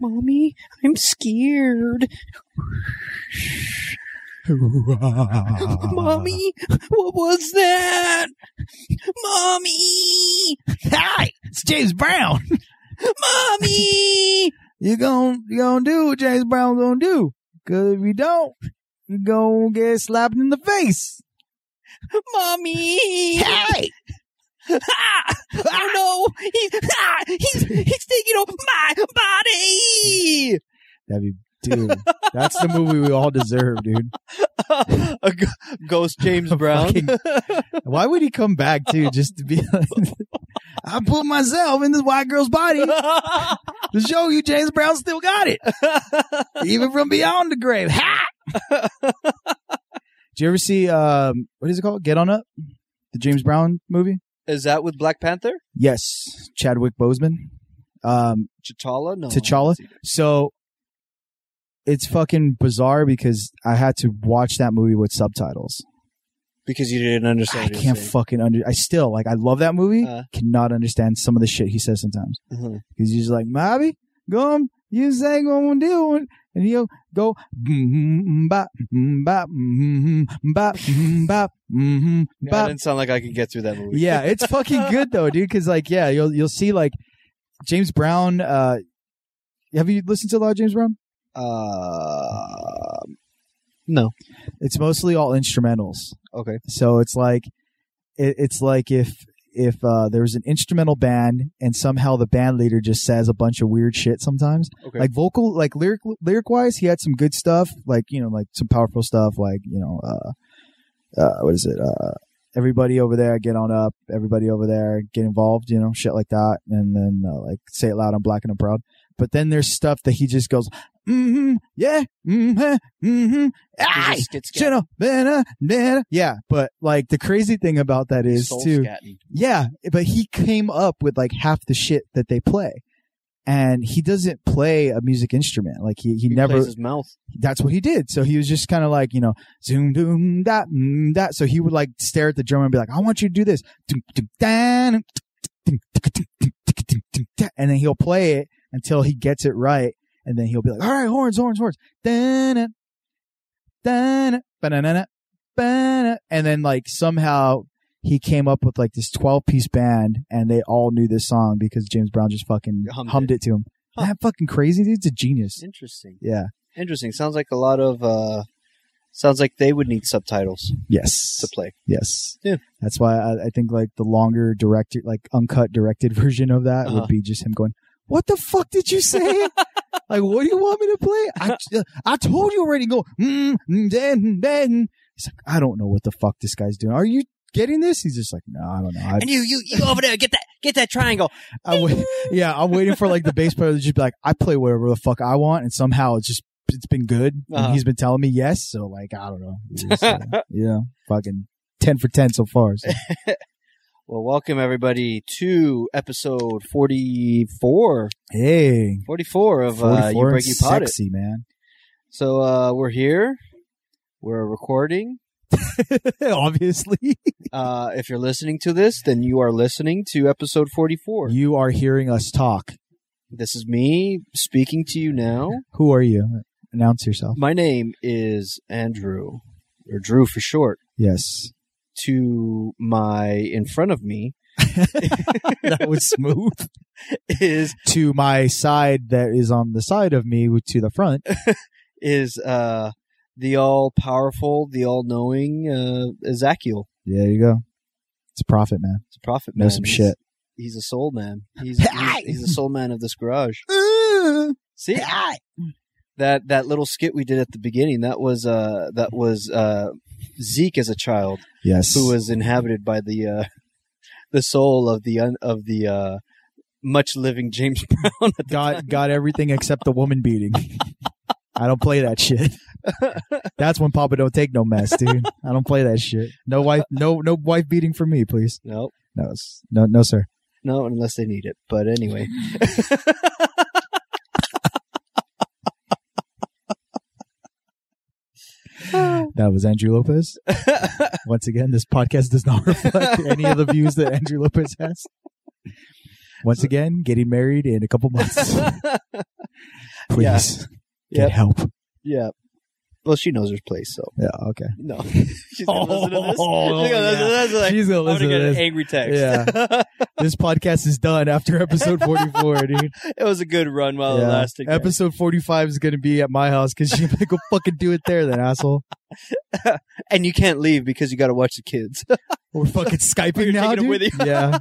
Mommy, I'm scared. Ah. Mommy, what was that? Mommy! Hi, it's James Brown. Mommy! You gon' you gonna do what James Brown gonna do. Cause if you don't, you gonna get slapped in the face. Mommy! Ah! Oh no! He's, ah! he's, he's taking over my body! That'd be dude. That's the movie we all deserve, dude. a g- ghost James Brown. Fucking- Why would he come back too? Just to be like I put myself in this white girl's body to show you James Brown still got it. Even from beyond the grave. Ha! Did you ever see um what is it called? Get on up? The James Brown movie? Is that with Black Panther? Yes. Chadwick Boseman. Um Chitala? No. T'Challa? So it's fucking bizarre because I had to watch that movie with subtitles. Because you didn't understand. I what he can't was fucking under. I still like. I love that movie. Uh. cannot understand some of the shit he says sometimes. saying. Mhm. He's just like, "Mabby, gum, you say gum do it," and he'll go, "Mm bop, mm bop, mm bop, mm bop, mm I bop." didn't sound like I could get through that movie. Yeah, it's fucking good though, dude. Because like, yeah, you'll you'll see like James Brown. uh Have you listened to a lot of James Brown? Uh, no. It's mostly all instrumentals. Okay. So it's like it, it's like if if uh, there was an instrumental band and somehow the band leader just says a bunch of weird shit sometimes. Okay. Like vocal, like lyric lyric wise, he had some good stuff. Like you know, like some powerful stuff. Like you know, uh, uh, what is it? Uh, everybody over there, get on up. Everybody over there, get involved. You know, shit like that. And then uh, like say it loud. I'm black and I'm proud. But then there's stuff that he just goes, mm-hmm, yeah, mm-hmm, mm-hmm, He's a ah, skit scat. Chino, banana, banana. Yeah, but like the crazy thing about that is Soul too, scatting. yeah, but he came up with like half the shit that they play. And he doesn't play a music instrument. Like he, he, He never, plays his mouth. that's what he did. So he was just kind of like, you know, zoom, doom, that, mm, that. So he would like stare at the drummer and be like, I want you to do this. Doom, doom, dan, doom, doom, doom, doom, doom, doom, doom, da. And then he'll play it until he gets it right. And then he'll be like, all right, horns, horns, horns. Dan, dan, banana, banana. And then like somehow he came up with like this 12 piece band and they all knew this song because James Brown just fucking hummed, Hummed it. to him. Huh. That fucking crazy dude's a genius. Interesting. Yeah. Interesting. Sounds like a lot of. uh Sounds like they would need subtitles Yes. to play. Yes. Yeah. That's why I, I think like the longer directed, like uncut directed version of that Uh-huh. would be just him going, "What the fuck did you say? like, what do you want me to play? I, uh, I told you already." Go, mm, mm, then, then. He's like, "I don't know what the fuck this guy's doing. Are you getting this?" He's just like, "No, I don't know." I, you, you, you over there, get that, get that triangle. I wait, yeah, I'm waiting for like the bass player to just be like, "I play whatever the fuck I want," and somehow it's just it's been good. Uh-huh. And he's been telling me yes, so like I don't know. It's just, uh, yeah, fucking ten for ten so far. so. Well, welcome everybody to episode 44, Hey, 44 of uh, You 44 Break and You Pot It. sexy man. So uh, we're here. We're recording. Obviously, Uh, if you're listening to this, then you are listening to episode 44. you are hearing us talk. This is me speaking to you now. Who are you? Announce yourself. My name is Andrew, or Drew for short. Yes, To my in front of me that was smooth. is to my side, that is on the side of me to the front. is uh the all powerful, the all knowing uh Ezekiel. There you go. It's a prophet, man. It's a prophet man. Know some He's- shit. He's a soul man. He's he's, he's a soul man of this garage. See that that little skit we did at the beginning. That was uh that was uh Zeke as a child Yes. who was inhabited by the uh the soul of the un, of the uh much living James Brown. got got everything except the woman beating. I don't play that shit. That's when Papa don't take no mess, dude. I don't play that shit. No wife, no no wife beating for me, please. no, No, s- no, no, sir. no, unless they need it. But anyway, That was Andrew Lopez. Once again, this podcast does not reflect any of the views that Andrew Lopez has. Once again, getting married in a couple months. Please get Yep. help. yeah. Well, she knows her place, so Yeah, okay. Oh, no. She's gonna listen to this. She's gonna listen to this, like, She's gonna I'm gonna listen get to an this. angry text. This podcast is done after episode 44, dude. it was a good run while it Yeah. lasted. guys. Episode 45 is gonna be at my house because she's gonna go fucking do it there, then asshole. And you can't leave because you got to watch the kids. We're fucking Skyping You're now, taking dude. it with yeah.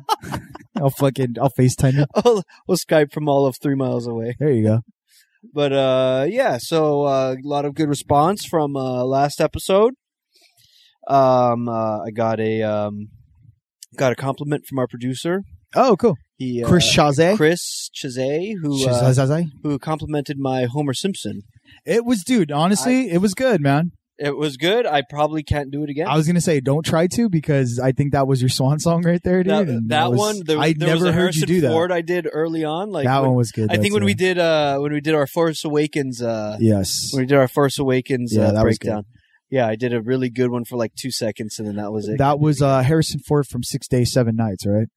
I'll fucking I'll FaceTime you. we'll we'll Skype from all of three miles away. There you go. But uh, yeah, so uh, a lot of good response from uh, last episode. Um, uh, I got a um, got a compliment from our producer. Oh, cool. He uh, Chris Chazé. Chris Chazay, who uh, Chazé. who complimented my Homer Simpson. It was, dude. Honestly, it was good, man. It was good. I probably can't do it again. I was gonna say, don't try to because I think that was your swan song right there, dude. that and that was- one, there, I there never was a heard Harrison you do that. Ford I did early on. Like that when- one was good. I think that's when the we one. did uh, when we did our Force Awakens uh, yes, when we did our Force Awakens Yeah, uh, that was good. breakdown. Yeah, I did a really good one for like two seconds, and then that was it. that was uh, Harrison Ford from Six Days, Seven Nights, right?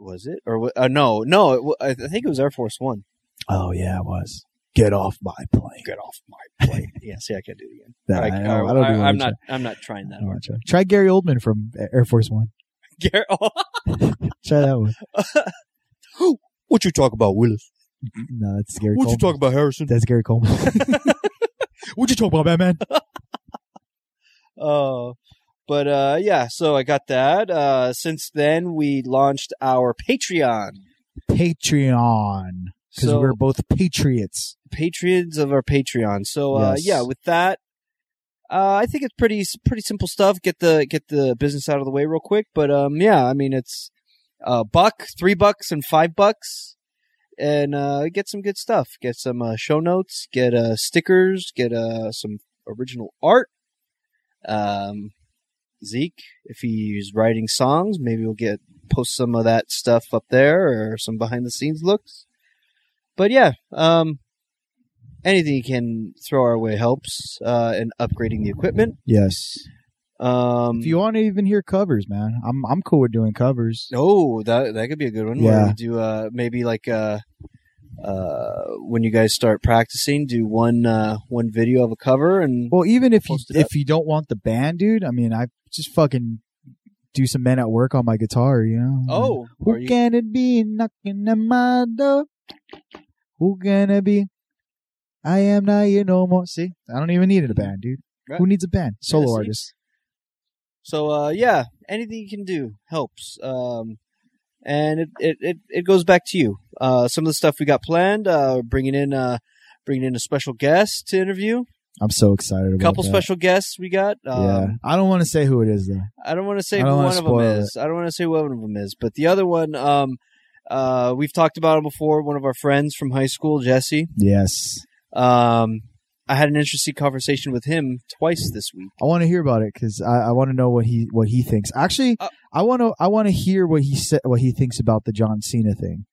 was it or wa- uh, no? No, it, wa- I I think it was Air Force One. Oh yeah, it was. Get off my plane. Get off my plane. yeah, see, I can't do it again. Nah, I, I don't- I don't do I, one, am not. I'm not trying that I don't hard. wanna try. Try Gary Oldman from Air Force One. Gar- Try that one. what you talk about, Willis? No, that's Gary. What you Coleman. talk about, Harrison? That's Gary Coleman. what you talk about, Batman? Oh, but uh, yeah. So I got that. Uh, since then, we launched our Patreon. Patreon, because So we're both patriots. patrons of our Patreon. So uh, Yes. yeah, with that, uh, I think it's pretty pretty simple stuff. Get the get the business out of the way real quick. But um, yeah, I mean it's a buck, three bucks, and five bucks, and uh, get some good stuff. Get some uh, show notes. Get uh, stickers. Get uh, some original art. Um, Zeke, if he's writing songs, maybe we'll get post some of that stuff up there or some behind the scenes looks. But yeah, um, anything you can throw our way helps uh, in upgrading the equipment. Yes. Um, If you want to even hear covers, man, I'm I'm cool with doing covers. oh, that that could be a good one. Where Yeah. we do uh, maybe like uh, uh, when you guys start practicing, do one uh, one video of a cover and Well, even if you Post it up. if you don't want the band, dude, I mean, I just fucking do some men at work on my guitar, you know. oh, who are you- can it be knocking at my door? Who can it be? I am not you no more. See, I don't even need a band, dude. Right. Who needs a band? Solo Yeah, see? artist. So uh, yeah, anything you can do helps. Um, and it, it, it, it goes back to you. Uh, some of the stuff we got planned, uh, bringing in uh, bringing in a special guest to interview. I'm so excited about A couple that. special guests we got. Um, yeah, I don't want to say who it is though. I don't want to I say don't who wanna one of them spoil is. I don't want to say who one of them is, but the other one, um, uh, we've talked about him before. One of our friends from high school, Jesse. Yes, Um, I had an interesting conversation with him twice this week. I want to hear about it because I, I want to know what he what he thinks. Actually, Uh, I want to I want to hear what he said what he thinks about the John Cena thing.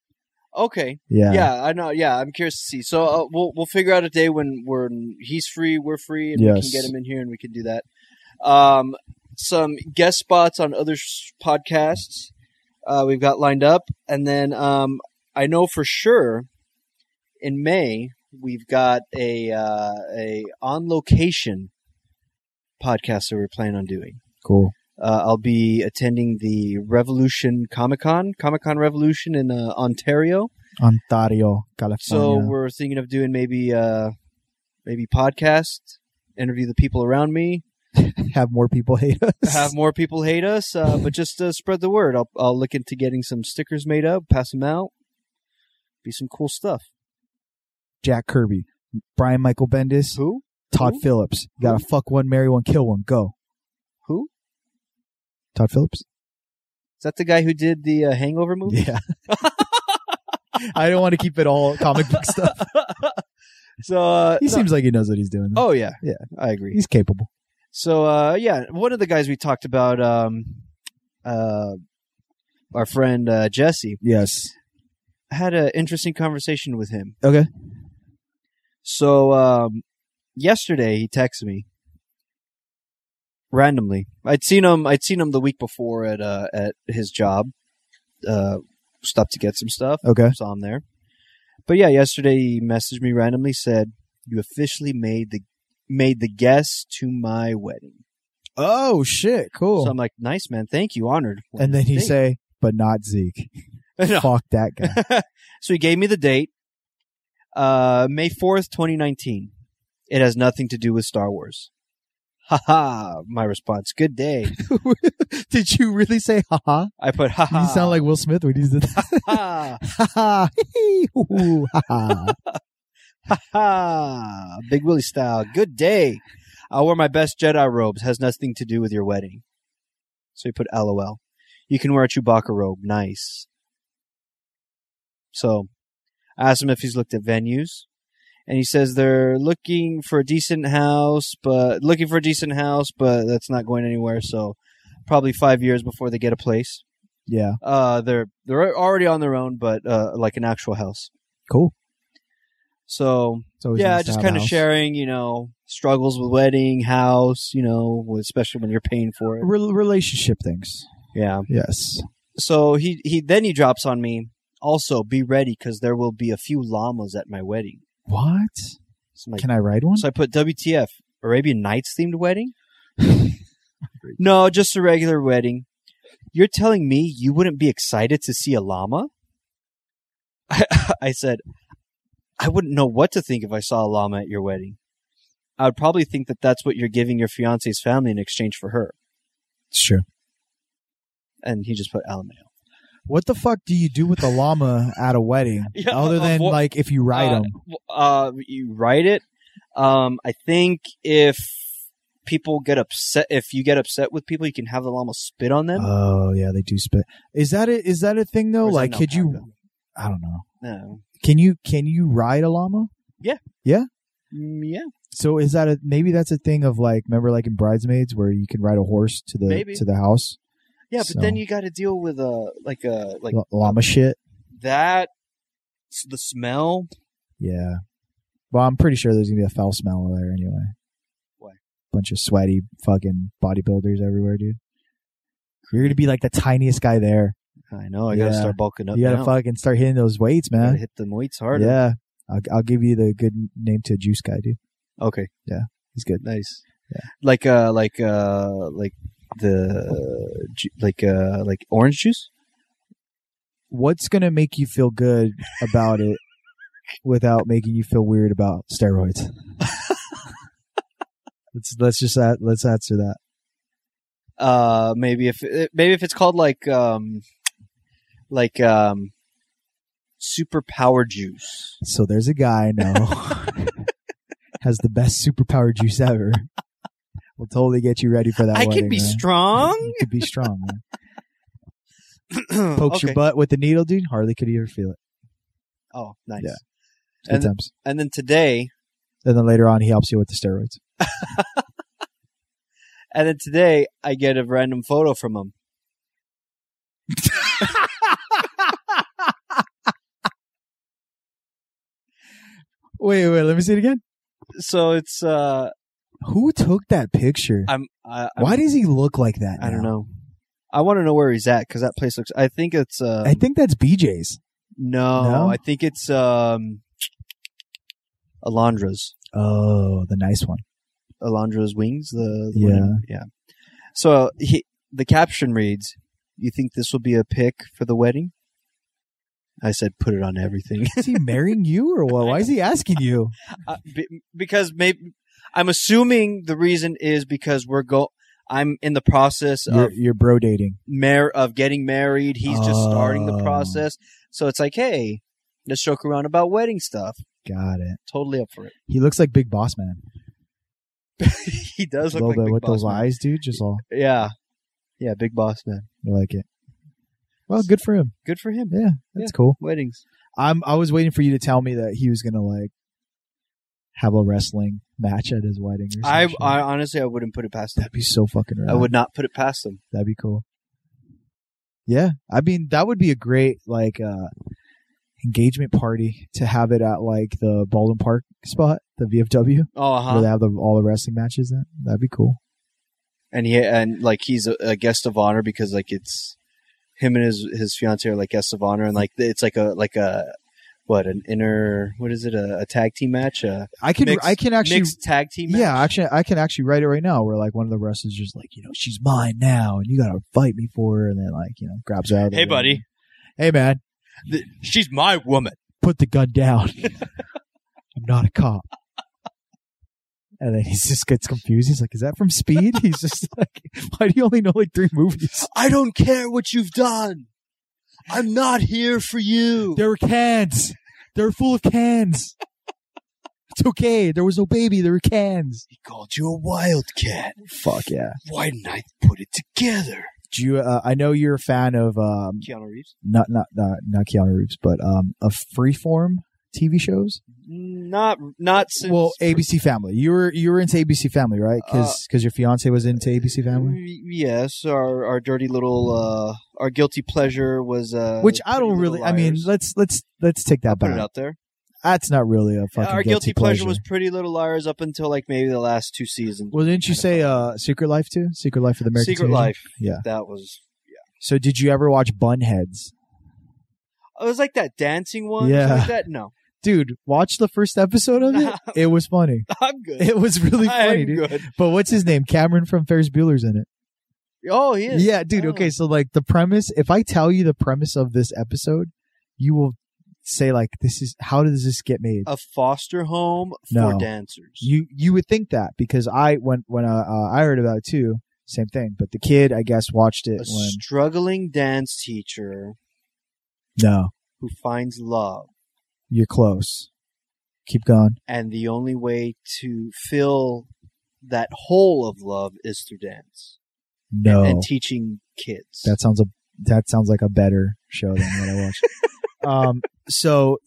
Okay, Yeah, yeah, I know. Yeah, I'm curious to see. So uh, we'll we'll figure out a day when we're he's free, we're free, and we Yes. can get him in here, and we can do that. Um, some guest spots on other s podcasts uh, we've got lined up, and then um, I know for sure in May we've got a uh, a on location podcast that we're planning on doing. cool. Uh, I'll be attending the Revolution Comic Con, Comic Con Revolution in uh, Ontario. Ontario, California. So we're thinking of doing maybe uh maybe podcast, interview the people around me, have more people hate us. have more people hate us, uh, but just uh, spread the word. I'll I'll look into getting some stickers made up, pass them out. Be some cool stuff. Jack Kirby, Brian Michael Bendis, Who? Todd Who? Phillips. You gotta fuck one, marry one, kill one. Go. Who? Todd Phillips. Is that the guy who did the uh, Hangover movie? Yeah. I don't want to keep it all comic book stuff. So uh, He no- seems like he knows what he's doing. though. Oh yeah. Yeah. I agree. he's capable. So uh, yeah, one of the guys we talked about um uh our friend uh, Jesse Yes. had an interesting conversation with him. Okay. So um, yesterday he texted me randomly. I'd seen him. I'd seen him the week before at uh, at his job. Uh, stopped to get some stuff. Okay. Saw him there. But yeah, yesterday he messaged me randomly. Said you officially made the made the guest to my wedding. Oh shit! Cool. So I'm like, nice man, thank you, honored. What and is then the he date? say, "But not Zeke." No. Fuck that guy. so he gave me the date, uh, May fourth, twenty nineteen. It has nothing to do with Star Wars. Ha ha! My response. Good day. Did you really say haha? I put ha ha. You sound like Will Smith when he did that. ha haha. hee, hoo, hoo, haha. ha. Big Willie style. Good day. I wore my best Jedi robes. Has nothing to do with your wedding. So he put LOL. You can wear a Chewbacca robe. Nice. So I asked him if he's looked at venues. And he says they're looking for a decent house, but looking for a decent house, but that's not going anywhere. So probably five years before they get a place. Yeah. Uh, they're they're already on their own, but uh, like an actual house. Cool. So It's always yeah, nice to just have kind of house. sharing, you know, struggles with wedding, house, you know, especially when you're paying for it. Rel relationship things. Yeah. Yes. So he he then he drops on me. Also, be ready because there will be a few llamas at my wedding. What? So, I'm like- Can I ride one? so I put WTF Arabian Nights themed wedding. no, just a regular wedding. You're telling me you wouldn't be excited to see a llama? I, I said, I wouldn't know what to think if I saw a llama at your wedding. I would probably think that that's what you're giving your fiance's family in exchange for her. Sure. And he just put Alameo. What the fuck do you do with a llama at a wedding? Yeah, other than avo- like if you ride uh, them. Uh, you write it. Um, I think if people get upset, if you get upset with people, you can have the llama spit on them. Oh yeah, they do spit. Is that a is that a thing though? Or is that Like, an could you? alpaca? I don't know. No. Can you can you ride a llama? Mm, Yeah. So is that a maybe that's a thing of like remember like in bridesmaids where you can ride a horse to the Maybe. to the house Yeah, but So- then you got to deal with uh like uh like L- llama shit. that s- the smell. Yeah. Well, I'm pretty sure there's gonna be a foul smell there anyway. Why? Bunch of sweaty fucking bodybuilders everywhere, dude. You're gonna be like the tiniest guy there. I know. I got to Yeah. start bulking up you gotta now. fucking start hitting those weights, Gotta man. hit the weights harder. Yeah. I'll, I'll give you the good name to Juice Guy, dude. Okay. He's good. Nice. Yeah. Like uh like uh like the ju- like uh like orange juice. What's going to make you feel good about it without making you feel weird about steroids? let's let's just a let's answer that. Uh, maybe if maybe if it's called like um like um super power juice. So there's a guy I know has the best superpower juice ever. Will totally get you ready for that. I wedding, can be man. strong. You could be strong. Man. Pokes Pokes your butt with the needle, dude. Hardly could you ever feel it. Oh, nice. Yeah. It's good And- times. And then today, And then later on, he helps you with the steroids. And then today, I get a random photo from him. Wait, wait. Let me see it again. So it's uh, Who took that picture? I'm. I, I'm Why does he look like that? I now? don't know. I want to know where he's at because that place looks. I think it's. Uh, I think that's BJ's. no, No? I think it's um, Alondra's. Oh, the nice one. Alondra's wings. The, the Yeah. one- yeah. So he, the caption reads, "You think this will be a pick for the wedding?" I said, "Put it on everything." Is he marrying you or what? Why is he asking you? Uh, be- because maybe I'm assuming the reason is because we're go. I'm in the process of You're, you're bro dating. mar- of getting married. He's just starting the Oh. process, so it's like, hey, let's joke around about wedding stuff. Got it. Totally up for it. He looks like Big Boss Man. he does A look little like bit Big with Boss those Man. eyes, dude. Just all Yeah, yeah, Big Boss Man. I like it. Well, good for him. Good for him. Yeah, that's cool. Weddings. I'm. I was waiting for you to tell me that he was gonna like have a wrestling match at his wedding. Or I, something. I honestly, I wouldn't put it past them. that'd be so fucking. Rad. I would not put it past them. That'd be cool. Yeah, I mean that would be a great like uh engagement party to have it at like the Baldwin Park spot, the VFW, Oh, uh where they huh. have the, all the wrestling matches. At. That'd be cool. and he and like he's a, a guest of honor because like it's him and his his fiance are like guests of honor, and like it's like a like a what an inner what is it a, a tag team match a I can Mixed- I can actually mixed tag team match? yeah actually I can actually write it right now where like one of the wrestlers is just like you know she's mine now and you gotta fight me for her and then like you know grabs her out. of the Hey, ring. buddy. Hey man, Th- she's my woman. put the gun down. I'm not a cop. And then he just gets confused. He's like, "Is that from Speed?" He's just like, "Why do you only know like three movies?" I don't care what you've done. I'm not here for you. There were cans. They were full of cans. It's okay. There was no baby. There were cans. He called you a wildcat. Fuck yeah. Why didn't I put it together? Do you? Uh, I know you're a fan of um, Keanu Reeves? not not not not Keanu Reeves, but um, of freeform TV shows. Not, not since. well, ABC Family. You were you were into ABC Family, right? Because your fiance was into ABC Family. Yes, our our dirty little, uh, our guilty pleasure was. Uh, which I Pretty don't Little really. I mean, Liars. let's let's let's take that put it back. out there. That's not really a fucking our guilty, pleasure. was Pretty Little Liars up until like maybe the last two seasons. well, didn't you say uh, Secret Life too? Secret Life of the American Secret Teenager? Life. Yeah. that was. So did you ever watch Bunheads? It was like that dancing one. Yeah. Yeah, like that. No, Dude, watch the first episode of it. it was funny. I'm good. It was really funny, I'm dude. good. But what's his name? Cameron from Ferris Bueller's in it. Oh, he is. Yeah, dude. Oh. Okay, so like the premise. If I tell you the premise of this episode, you will say like, "This is how does this get made?" a foster home No. for dancers. you you would think that because I when when uh, uh, I heard about it too, same thing. But the kid, I guess, watched it a when struggling dance teacher no, who finds love, you're close. Keep going. and the only way to fill that hole of love is through dance No, and teaching kids. that sounds a that sounds like a better show than what I watched. um, so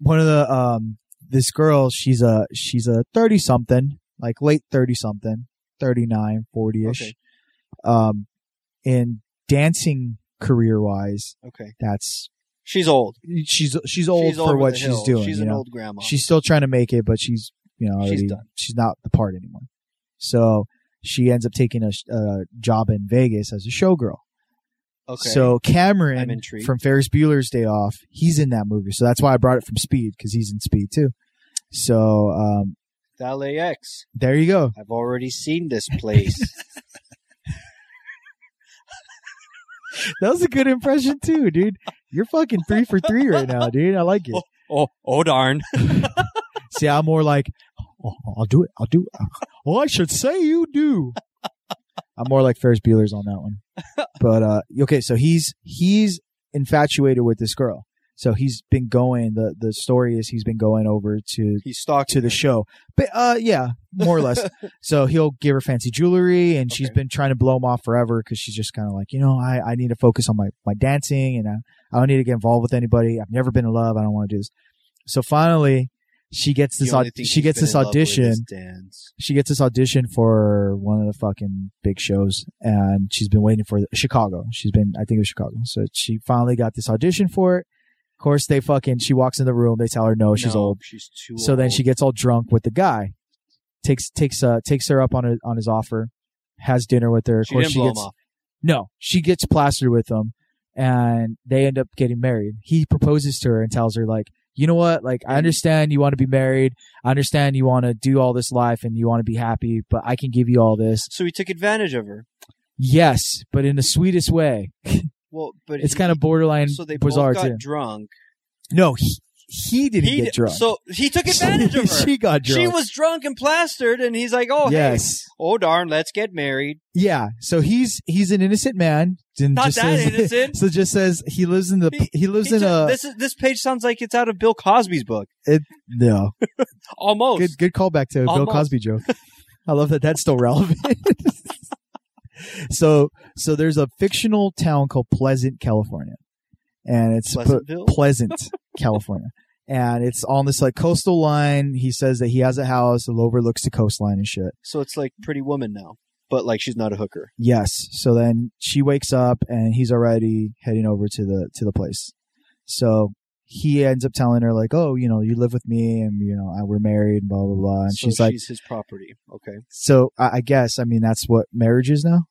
one of the um this girl, she's a she's a thirty something, like late thirty something, 39, 40 ish. Okay. Um, in dancing career wise, okay, that's she's old. she's she's old she's for over what the she's hill. doing. She's you an know? old grandma. she's still trying to make it, but she's you know She's already, she's, done. not the part anymore. So she ends up taking a, sh- a job in Vegas as a showgirl. okay, So I'm Cameron intrigued. from Ferris Bueller's Day Off, he's in that movie. So that's why I brought it from Speed because he's in Speed too. So um, Valet X. there you go. I've already seen this place. That was a good impression too, dude. You're fucking three for three right now, dude. I like it. oh, oh darn! See, I'm more like, oh, I'll do it. I'll do it. Well, I should say you do. I'm more like Ferris Bueller's on that one. But uh, okay, so he's he's infatuated with this girl. So he's been going. the The story is he's been going over to He stalked to the show. But uh, yeah, more or less. so he'll give her fancy jewelry, and she's Okay. been trying to blow him off forever because she's just kind of like, you know, I I need to focus on my my dancing, and I, I don't need to get involved with anybody. I've never been in love. I don't want to do this. So finally, she gets The this only au- thing she she's gets been this in love with is audition dance. she gets this audition for one of the fucking big shows and she's been waiting for Chicago. She's been, I think it was Chicago. So she finally got this audition for it. Of course, they fucking, she walks in the room. They tell her, no, Oh, she's No, old. She's too. So then old. she gets all drunk with the guy, takes, takes, uh, takes her up on, a, on his offer, has dinner with her. Of She course, didn't she blow gets, him off. no, she gets plastered with him and they end up getting married. He proposes to her and tells her like, "You know what? Like I And- understand you want to be married. I understand you want to do all this life and you want to be happy, but I can give you all this." So he took advantage of her. Yes, but in the sweetest way. Well, but It's he- kind of borderline so they bizarre both got too. drunk. No, he, he didn't He get d- drunk. So he took advantage of her. she got drunk. She was drunk and plastered, and he's like, "Oh, hey, yes. oh darn, let's get married." Yeah, so he's he's an innocent man. Didn't Not just that says, innocent. So just says he lives in the he, He- lives He in took- a this is, this page sounds like it's out of Bill Cosby's book. no. Almost. Good, good callback to a Bill Almost. Cosby joke. I love that that's still relevant. so, so there's a fictional town called Pleasant, California, and it's put- Pleasantville? Pleasant, California, and it's on this like coastal line. He says that he has a house that overlooks the coastline and shit. So it's like Pretty Woman now, but like she's not a hooker. Yes. So then she wakes up and he's already heading over to the to the place. So he ends up telling her like, "Oh, you know, you live with me, and you know, I- we're married, and blah blah blah." And So she's like, his property. Okay. "So I, I guess I mean that's what marriage is now."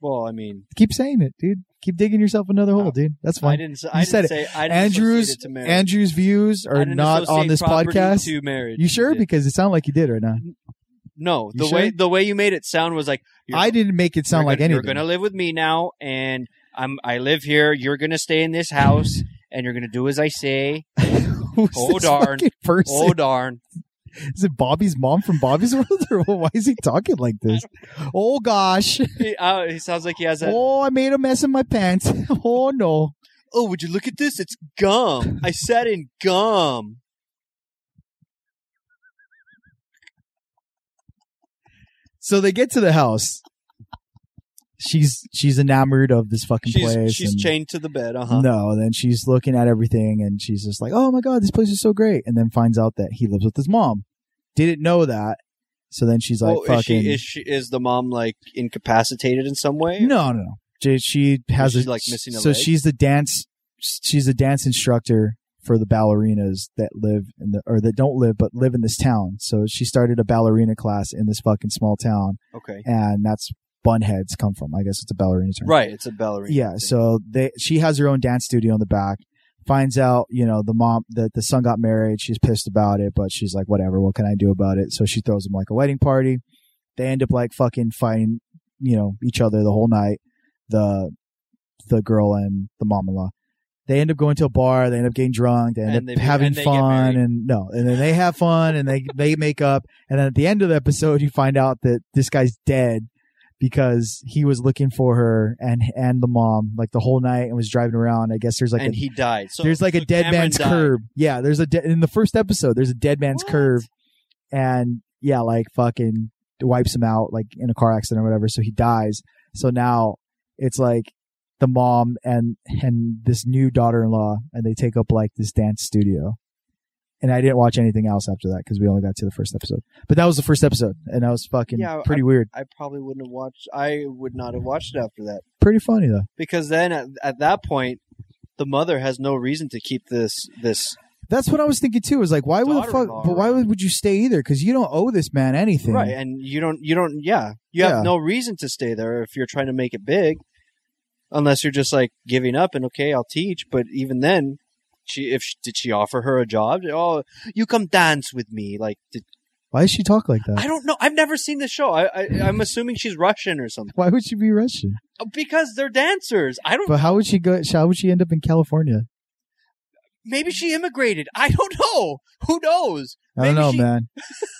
Well, I mean, Keep saying it, dude. Keep digging yourself another hole, Oh. dude. That's I fine. didn't. s- I said didn't say. I didn't Andrew's- associate it to marriage. Andrew's views I are didn't not on associate this property podcast. To marriage. You sure? Yeah. Because it sounded like you did right now. no. You The way sure? the way you made it sound was like you're- I didn't make it sound you're like gonna, anything. You're gonna live with me now, and I'm. I live here. You're gonna stay in this house, and you're gonna do as I say. Who's Oh, this darn. fucking Person? Oh darn! Is it Bobby's mom from Bobby's World? Or why is he talking like this? Oh gosh! He, uh, he sounds like he has a. Oh, I made a mess in my pants. Oh no! Oh, would you look at this? It's gum. I sat in gum. So they get to the house. She's she's enamored of this fucking She's place. she's and- chained to the bed. Uh huh. No, then she's looking at everything and she's just like, "Oh my god, this place is so great!" And then finds out that he lives with his mom. Didn't know that. So then she's like, oh, is "Fucking she is she is the mom like incapacitated in some way? no, no, no." She, she has She's, a like, missing a so leg? she's the dance she's the dance instructor for the ballerinas that live in the or that don't live but live in this town. So she started a ballerina class in this fucking small town, Okay. and that's bunheads come from. I guess it's a ballerina term, Right. It's a ballerina. Yeah, thing. so they she has her own dance studio in the back. Finds out, you know, the mom that the son got married. She's pissed about it, but she's like, whatever. What can I do about it? So she throws him like a wedding party. They end up like fucking fighting, you know, each other the whole night. The the girl and the mom in law. They end up going to a bar. They end up getting drunk. They end And up they be- having and they get fun, married. and no, and then they have fun, and they they make up. And then at the end of the episode, you find out that this guy's dead because he was looking for her and and the mom like the whole night and was driving around. I guess there's like and a, he died. So there's like a so dead Cameron man's died. curve. Yeah, there's a de- in the first episode there's a dead man's What? curve, and yeah, like fucking wipes him out like in a car accident or whatever. So he dies. So now it's like the mom and and this new daughter-in-law and they take up like this dance studio. And I didn't watch anything else after that because we only got to the first episode. But that was the first episode, and that was fucking Yeah, I- pretty weird. I probably wouldn't have watched. I would not have watched it after that Pretty funny though. because then at, at that point, the mother has no reason to keep this this That's what I was thinking too. Is like, why would the fuck? Daughter-in-law But why around. would, would you stay either? Because you don't owe this man anything, right, and you don't you don't yeah you Yeah. have no reason to stay there if you're trying to make it big, unless you're just like giving up and okay I'll teach. But even then, she if she, did she offer her a job? Oh, you come dance with me. Like did, Why does she talk like that? I don't know. I've never seen the show. I, I I'm assuming she's Russian or something uh, Why would she be Russian? because they're dancers. I don't. But how would she go? How would she end up in California? Maybe she immigrated. I don't know. Who knows? I don't Maybe know, she- man.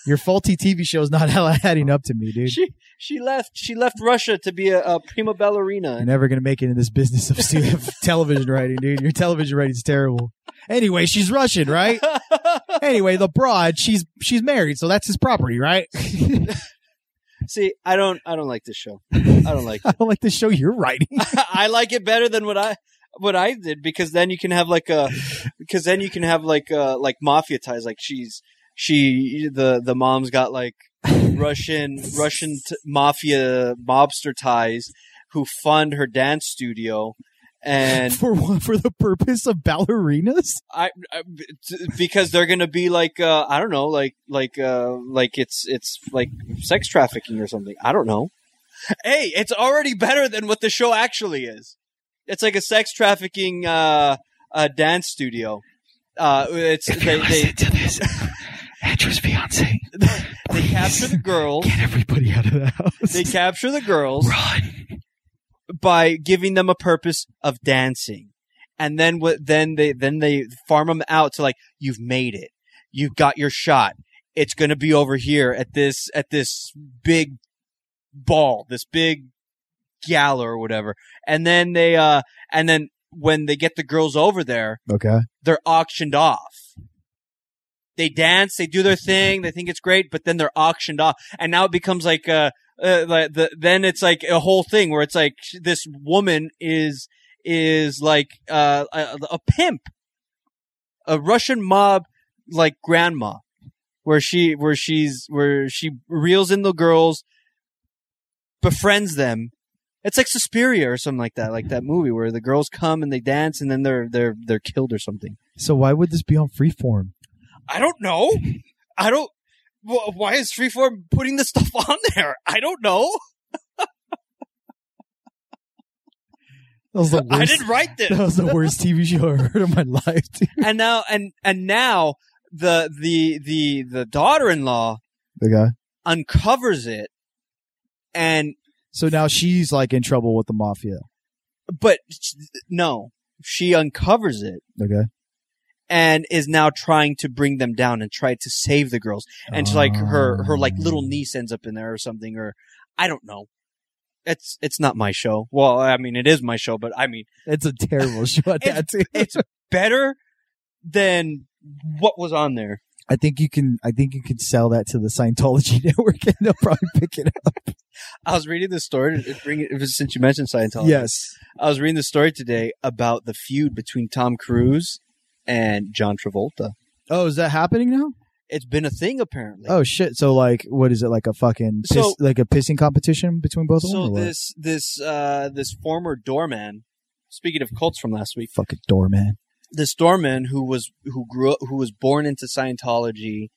Your faulty TV show is not adding up to me, dude. she she left she left Russia to be a, a prima You're ballerina. never gonna make it in this business of, stu- of television writing, dude. Your television writing's terrible. Anyway, she's Russian, right? Anyway, the broad, she's she's married, so that's his property, right? I See, I don't I don't like this show. I don't like. don't like the show you're writing. I like it better than what I what I did because then you can have like a because then you can have like uh like mafia ties. Like she's she the the mom's got like Russian Russian t- mafia mobster ties who fund her dance studio. And for what? For the purpose of ballerinas? I, I Uh, t- because they're gonna be like uh, I don't know, like like uh, like it's it's like sex trafficking or something. I don't know. Hey, it's already better than what the show actually is. It's like a sex trafficking uh, uh, dance studio. Uh, it's they they, to this, Andrew's fiance, they capture the girls. get everybody out of the house. They capture the girls Run. by giving them a purpose of dancing, and then what? Then they then they farm them out to like you've made it, you've got your shot. It's gonna be over here at this at this big ball, this big gala or whatever. And then they uh and then when they get the girls over there, Okay. they're auctioned off. They dance, they do their thing, they think it's great, but then they're auctioned off, and now it becomes like uh, uh like the then it's like a whole thing where it's like sh- this woman is is like uh a, a pimp, a Russian mob like grandma, where she where she's where she reels in the girls, befriends them. It's like Suspiria or something like that, like that movie where the girls come and they dance and then they're they're they're killed or something. So why would this be on Freeform? I don't know. I don't. wh- Why is Freeform putting this stuff on there? I don't know. That was the worst. I didn't write this. that was the worst TV show I ever heard in my life. Dude. and now and and now the the the the daughter-in-law The guy. uncovers it and So now she's like in trouble with the mafia. but sh- no she uncovers it Okay. and is now trying to bring them down and try to save the girls and to, like her her Ah. like little Oh. niece ends up in there or something or i don't know it's it's not my show well i mean it is my show but i mean It's a terrible show. at that, too. it's better than what was on there I think you can. I think you can sell that to the Scientology network, and they'll probably pick it up. i was reading this story to bring it since you mentioned scientology Yes. I was reading the story today about the feud between Tom Cruise and John Travolta. Oh, is that happening now? It's been a thing apparently. Oh shit! So like, what is it like a fucking piss, So- like a pissing competition between both of them? so or what? this this uh, this former doorman. Speaking of cults from last week, fucking doorman. this doorman who was who grew up, who was born into Scientology,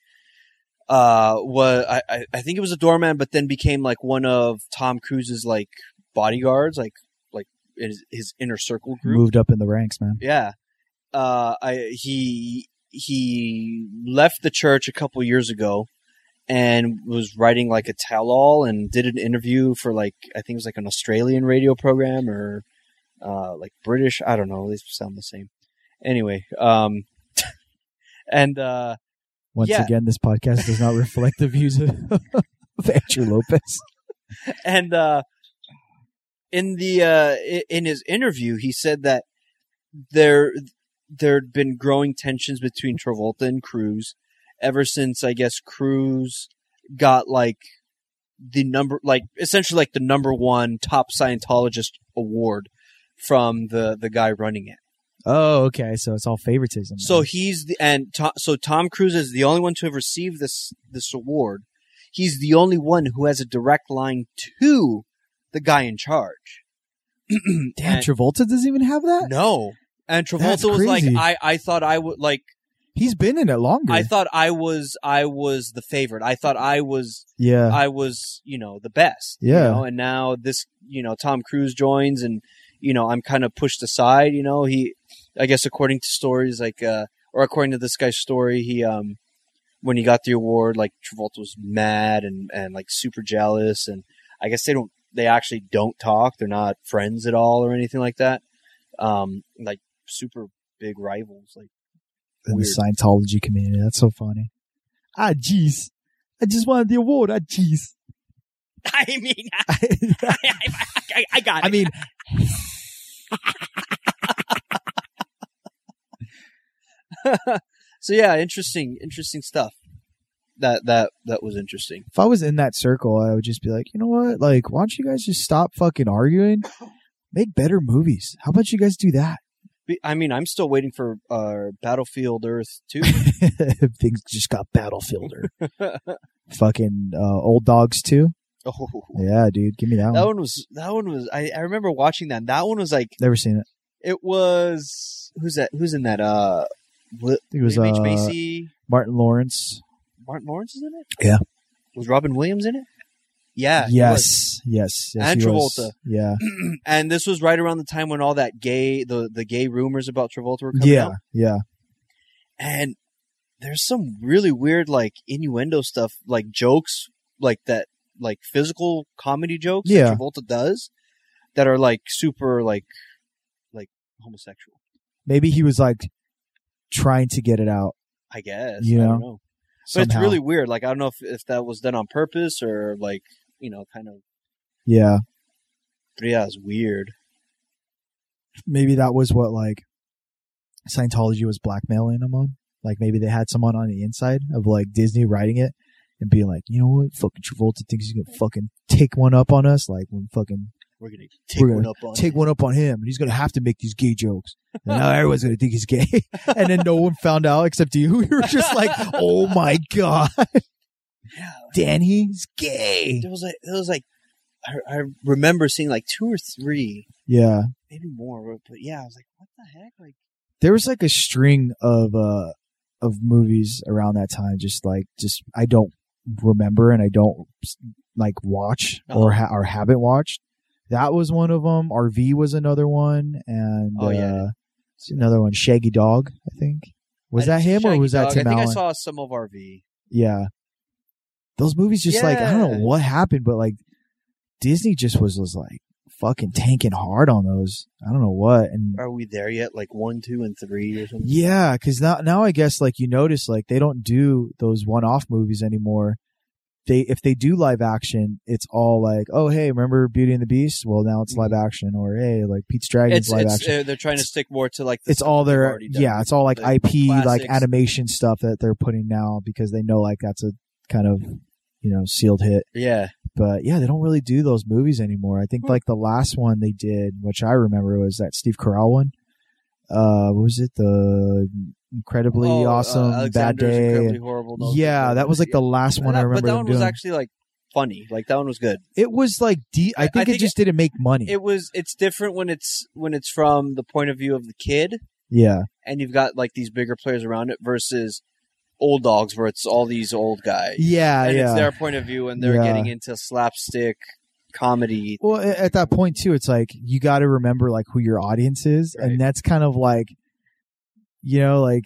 uh, was I, I I think it was a doorman, but then became like one of Tom Cruise's like bodyguards, like like his, his inner circle group. Moved up in the ranks, man. Yeah. Uh, I he he left the church a couple years ago and was writing like a tell-all and did an interview for like I think it was like an Australian radio program or uh, like British. I don't know. They sound the same. Anyway, um, and uh, Once Yeah. again, this podcast does not reflect the views of, of Andrew Lopez. and uh, in the uh, i- in his interview, he said that there there'd been growing tensions between Travolta and Cruz ever since I guess Cruz got like the number like essentially like the number one top Scientologist award from the the guy running it. Oh, okay. So it's all favoritism. So man. he's the and to, so Tom Cruise is the only one to have received this this award. He's the only one who has a direct line to the guy in charge. damn, and- Travolta doesn't even have that. No, and Travolta That's was like, crazy. I I thought I would like He's been in it longer. I thought I was I was the favorite. I thought I was yeah. I was you know the best. Yeah. you know? and now this you know Tom Cruise joins and you know I'm kind of pushed aside. You know he I guess according to stories like uh or according to this guy's story he um when he got the award like Travolta was mad and and like super jealous and I guess they don't they actually don't talk. They're not friends at all or anything like that. Um like super big rivals like in weird. the Scientology community. That's so funny. Ah, jeez. I just wanted the award. Ah, jeez. I mean, I, I, I, I got it. I mean, so yeah, interesting, interesting stuff. That that that was interesting. if I was in that circle, I would just be like, you know what? Like, why don't you guys just stop fucking arguing? Make better movies. How about you guys do that? Be- I mean, I'm still waiting for uh, Battlefield Earth 2. Things just got battlefielder. fucking uh, old dogs too. oh, Yeah, dude, give me that, that one. one was that one was. I, I remember watching that. That one was like Never seen it. it was who's that? Who's in that? Uh, Li- I think it was William H uh, Macy. Martin Lawrence. Martin Lawrence is in it. Yeah. Was Robin Williams in it? Yeah. he was. yes, yes, yes, And he was. Travolta. Yeah, And this was right around the time when all that gay the the gay rumors about Travolta were coming yeah, out. yeah. and there's some really weird like innuendo stuff like jokes like that like physical comedy jokes Yeah. that travolta does that are like super like like homosexual Maybe he was like trying to get it out. i guess You i know, don't know but it's somehow. really weird like i don't know if, if that was done on purpose or like you know kind of Yeah, but yeah it's weird maybe that was what like Scientology was blackmailing him on. Like maybe they had someone on the inside of like Disney writing it and being like, you know what, fucking Travolta thinks he's gonna fucking take one up on us. Like when fucking we're gonna take We're gonna one up on take one up on him, and he's gonna have to make these gay jokes. And now everyone's gonna think he's gay, and then no one found out except you. You were just like, "Oh my god, yeah Danny's gay." there was like there was like I, I remember seeing like two or three, Yeah. maybe more, but- but yeah, I was like, what the heck? Like, There was like a string of uh of movies around that time just like just I don't remember and I don't like watch or Uh-huh. ha- or haven't watched. That was one of them. RV was another one and Oh, yeah. uh, another one Shaggy Dog, I think. Was I- that him or Shaggy was that Dog. Tim I think Allen? I saw some of RV. Yeah. Those movies just like I don't know Yeah. what happened, but like Disney just was was like fucking tanking hard on those. I don't know what. And Are we there yet? Like one, two, and three or something? yeah, because now now I guess like you notice like they don't do those one off movies anymore. They if they do live action, it's all like, oh hey, remember Beauty and the Beast? Well now it's live action, or hey, like Pete's Dragons Mm-hmm. It's, live it's, action. uh, they're trying to stick more to like the It's stuff all that they've their already done. yeah, it's all like The IP like classics. animation stuff that they're putting now because they know like that's a kind of you know sealed hit. yeah. but yeah, they don't really do those movies anymore. I Hmm. think like the last one they did, which I remember was that Steve Carell one. Uh, what was it the incredibly Oh, uh, awesome bad Alexander's day? Incredibly horrible. No, yeah, that was like the last one I That- remember But that them one was doing. actually like funny. Like that one was good. it was like de- I I think it think just didn't make money. It was. It's different when it's when it's from the point of view of the kid, yeah, and you've got like these bigger players around it versus old dogs, where it's all these old guys. yeah, and yeah. it's their point of view, and they're Yeah. getting into slapstick comedy. Well, a- at that point too, it's like you got to remember like who your audience is, Right. and that's kind of like, you know, like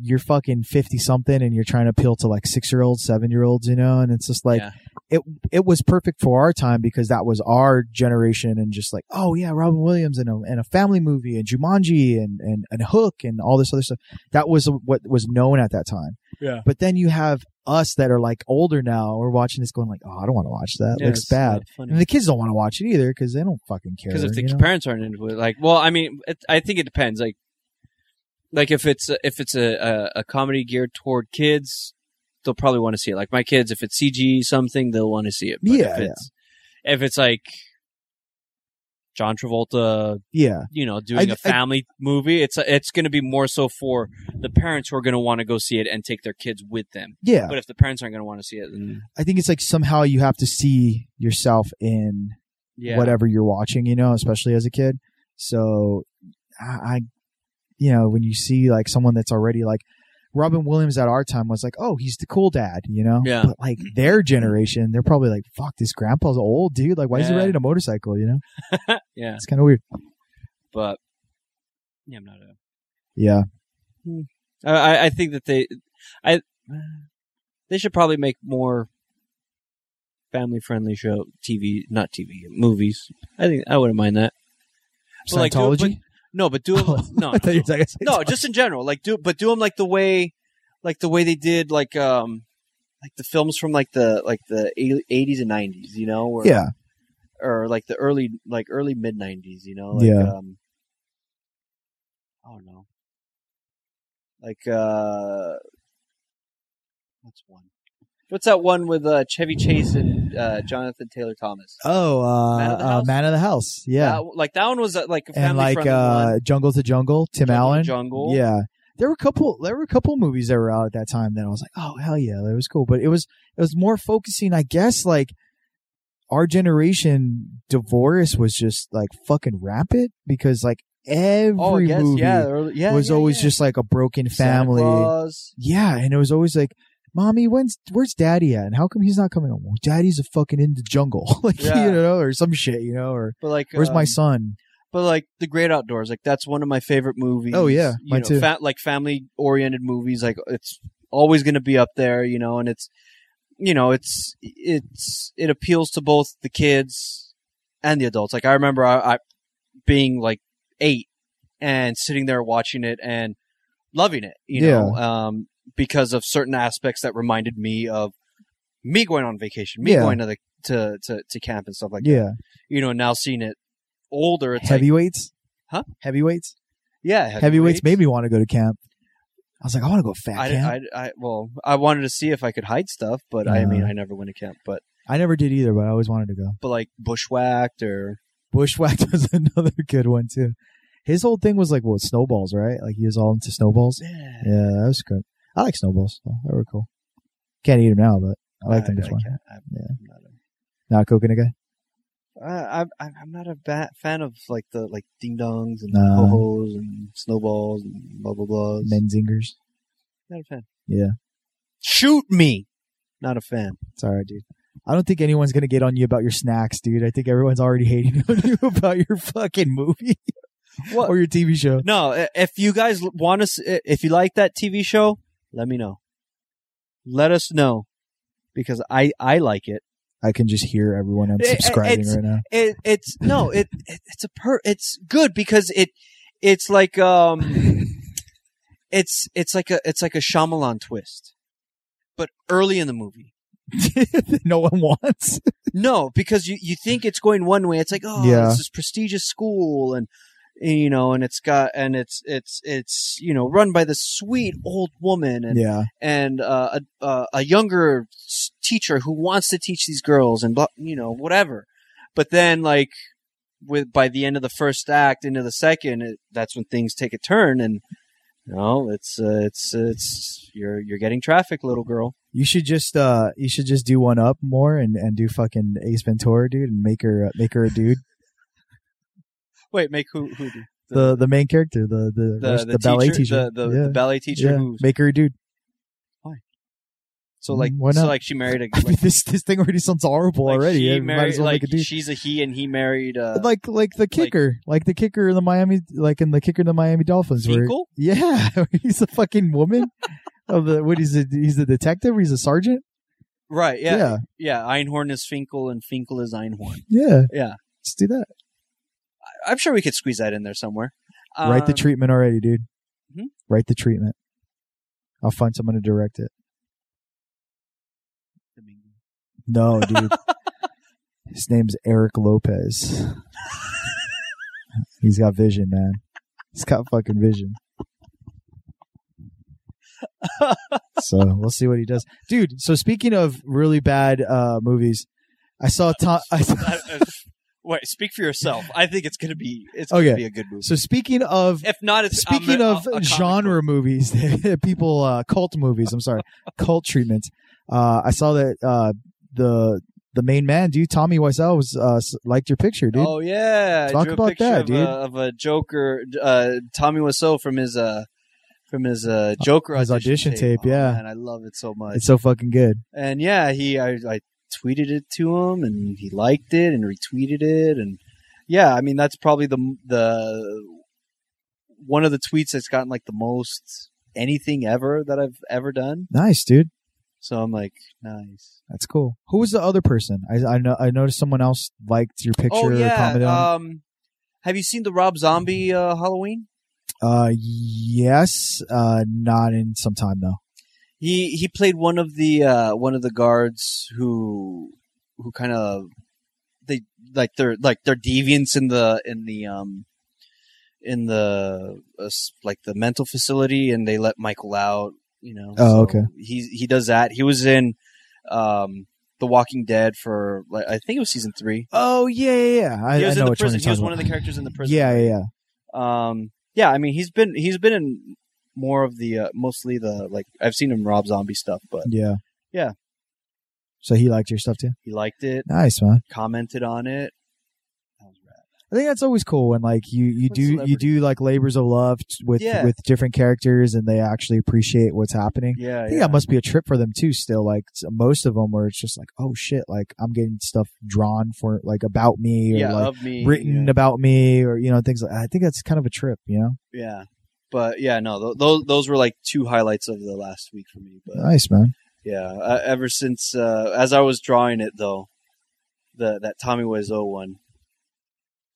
you're fucking fifty something, and you're trying to appeal to like six year olds, seven year olds, you know, and it's just like Yeah. it. It was perfect for our time because that was our generation, and just like oh yeah, Robin Williams and a and a family movie and Jumanji and and and Hook and all this other stuff. That was what was known at that time. Yeah. But then you have us that are like older now. We're watching this, going like, oh, I don't want to watch that. Yeah, Looks it's bad. not funny. And the kids don't want to watch it either because they don't fucking care. because if the you know? parents aren't into it, like, well, I mean, it, I think it depends. Like, like if it's a, if it's a, a, a comedy geared toward kids, they'll probably want to see it. Like my kids, if it's CG something, they'll want to see it. Yeah, if yeah. it's, if it's like John Travolta, yeah, you know, doing a I- I- family movie, it's it's going to be more so for the parents who are going to want to go see it and take their kids with them. yeah, Mm. But if the parents aren't going to want to see it, then I think it's like somehow you have to see yourself in yeah, whatever you're watching, you know, especially as a kid. So I, I, you know, when you see like someone that's already like Robin Williams at our time was like, oh, he's the cool dad, you know? Yeah. But like their generation, they're probably like, fuck, this grandpa's old, dude. Like, why is he Yeah. riding a motorcycle, you know? yeah. It's kind of weird. But yeah, I'm not a Yeah. I- I, I think that they, I, they should probably make more family-friendly show TV, not TV movies. I think I wouldn't mind that. But, like, do it- Scientology? but- no, but do them. no, Oh, I thought you were talking no, just in general. Like do, but do them like the way, like the way they did, like um, like the films from like the like the eighties and nineties. You know, where, Yeah. or like the early like early mid nineties, you know, like Yeah. um I don't know. Like uh what's one? What's that one with uh Chevy Chase and uh Jonathan Taylor Thomas? Oh, uh, Man of the uh, House? Man of the House. Yeah. That- like that one was uh, like a family and like friendly uh, one. Jungle to Jungle, Tim Jungle to Allen. Jungle. Yeah, there were a couple. There were a couple movies that were out at that time that I was like, oh hell yeah, that was cool. But it was it was more focusing, I guess, like our generation divorce was just like fucking rapid because like every Oh, yes, movie yeah, early- yeah, was yeah, always yeah. just like a broken Santa family. Claus. Yeah, and it was always like, "Mommy, when's where's Daddy at? And how come he's not coming home? Well, Daddy's a fucking in the jungle, like Yeah. you know, or some shit, you know, or But like where's my um, son? But like the Great Outdoors, like that's one of my favorite movies. Oh, yeah, you mine know, too. Fa- like family oriented movies, like it's always going to be up there, you know, and it's you know it's it's it appeals to both the kids and the adults. Like I remember I, I being like eight and sitting there watching it and loving it, you know, um, because of certain aspects that reminded me of me going on vacation, me Yeah. going to the to, to to camp and stuff like that. yeah, You know, now seeing it older, it's like heavyweights, Huh? Heavyweights, yeah, heavyweights made me want to go to camp. I was like, I want to go fat I, camp. I, I, well, I wanted to see if I could hide stuff, but I Uh. mean, I never went to camp. But I, never did either, but I always wanted to go. but like bushwhacked or Bushwhacked was another good one too. His whole thing was like, well, snowballs, right? Like he was all into snowballs. yeah, Yeah, that was good. I like snowballs. So they were cool. Can't eat them now, but I like them I- this I one. can't- I'm Yeah. not a- Not a coconut guy. Uh, I'm I'm I'm not a bat fan of like the like ding dongs and No. ho hos and snowballs and blah blah blahs. Menzingers. Not a fan. Yeah. Shoot me. Not a fan. It's all right, dude. I don't think anyone's gonna get on you about your snacks, dude. I think everyone's already hating on you about your fucking movie What? or your TV show. No, i- if you guys want us, if you like that TV show, let me know. Let us know because I I like it. I can just hear everyone It- unsubscribing it's- right now. It it's no it it- it's a per it's good because it it's like um it's it's like a it's like a Shyamalan twist, but early in the movie. no one wants. No, because you, you think it's going one way. It's like, oh, Yeah. this is prestigious school and and, you know, and it's got and it's it's it's you know run by this sweet old woman and Yeah. and uh, a uh, a younger s- teacher who wants to teach these girls and blah, you know whatever, but then like with by the end of the first act into the second, it, that's when things take a turn and no, it's uh, it's it's you're you're getting traffic, little girl. You should just uh you should just do one up more and and do fucking Ace Ventura, dude, and make her uh, make her a dude. Wait, make who who the The the main character, the the the, the, ballet teacher, teacher, the, the, Yeah. the ballet teacher Yeah. who make her a dude. so like Why so not? like she married a I mean, like, this this thing already sounds horrible like, already. she Yeah, might married, as well like make a dude. she's a he and he married uh like like the kicker, like, the kicker in the Miami, like in the kicker in the Miami Dolphins. Where, Finkel? yeah, he's a fucking woman. of the what he's a he's a detective. He's a sergeant. right yeah, yeah yeah, Einhorn is Finkel and Finkel is Einhorn yeah. Yeah. Let's do that. I- I'm sure we could squeeze that in there somewhere Write the Um, treatment already, dude. Mhm. Write the treatment. I'll find someone to direct it. No, dude. His name's Eric Lopez. He's got vision, man. He's got fucking vision. so we'll see what he does, dude. So speaking of really bad uh, movies, I saw Tom. I saw, I- I- wait speak for yourself I think it's gonna be it's gonna Okay. be a good movie so speking of if not it's I'm Speaking a- of a- a comic genre book. movies, people uh, cult movies. I'm sorry, cult treatments. Uh, I saw that uh, the the main man, dude, Tommy Wiseau, was uh, s- liked your picture, dude. oh yeah I Talk drew a about picture that, of dude. a, of a Joker uh Tommy Wiseau from his uh from his uh Joker His audition tape, Oh, yeah. man, I love it so much it's so fucking good. and yeah, he I, I tweeted it to him, and he liked it and retweeted it, and yeah, I mean that's probably the the one of the tweets that's gotten like the most anything ever that I've ever done. Nice, dude. So I'm like, nice. That's cool. Who was the other person? I I, know, I noticed someone else liked your picture oh or yeah, commented on. um, have you seen the Rob Zombie uh, Halloween? it. Uh, yes. Uh, not in some time though. He he played one of the uh, one of the guards who who kind of they like they're like they're deviants in the in the um in the uh, s- like the mental facility and they let Michael out, you know. Oh, okay. He he does that. He was in um The Walking Dead for like I think it was season 3. Oh yeah, yeah. yeah. I, he was I know in the which one prison. you're He was talking one of the about. characters in the prison. Yeah, yeah, yeah. Um, yeah, I mean he's been he's been in more of the uh, mostly the like I've seen him in Rob Zombie stuff, but Yeah. Yeah. So he liked your stuff too. he liked it, Nice man. commented on it. That was rad. I think that's always cool when like you you With do you do like labors of love t- with Yeah. with different characters and they actually appreciate what's happening. I Yeah, think yeah. that must be a trip for them too. Still, like s- most of them, where it's just like, oh shit, like I'm getting stuff drawn for like about me or yeah, like of me written yeah. about me or you know things. like I think that's kind of a trip, you know. Yeah. But yeah, no, th- those those were like two highlights of the last week for me. But Nice man. yeah, uh, ever since uh, as I was drawing it though, the that Tommy Wiseau one,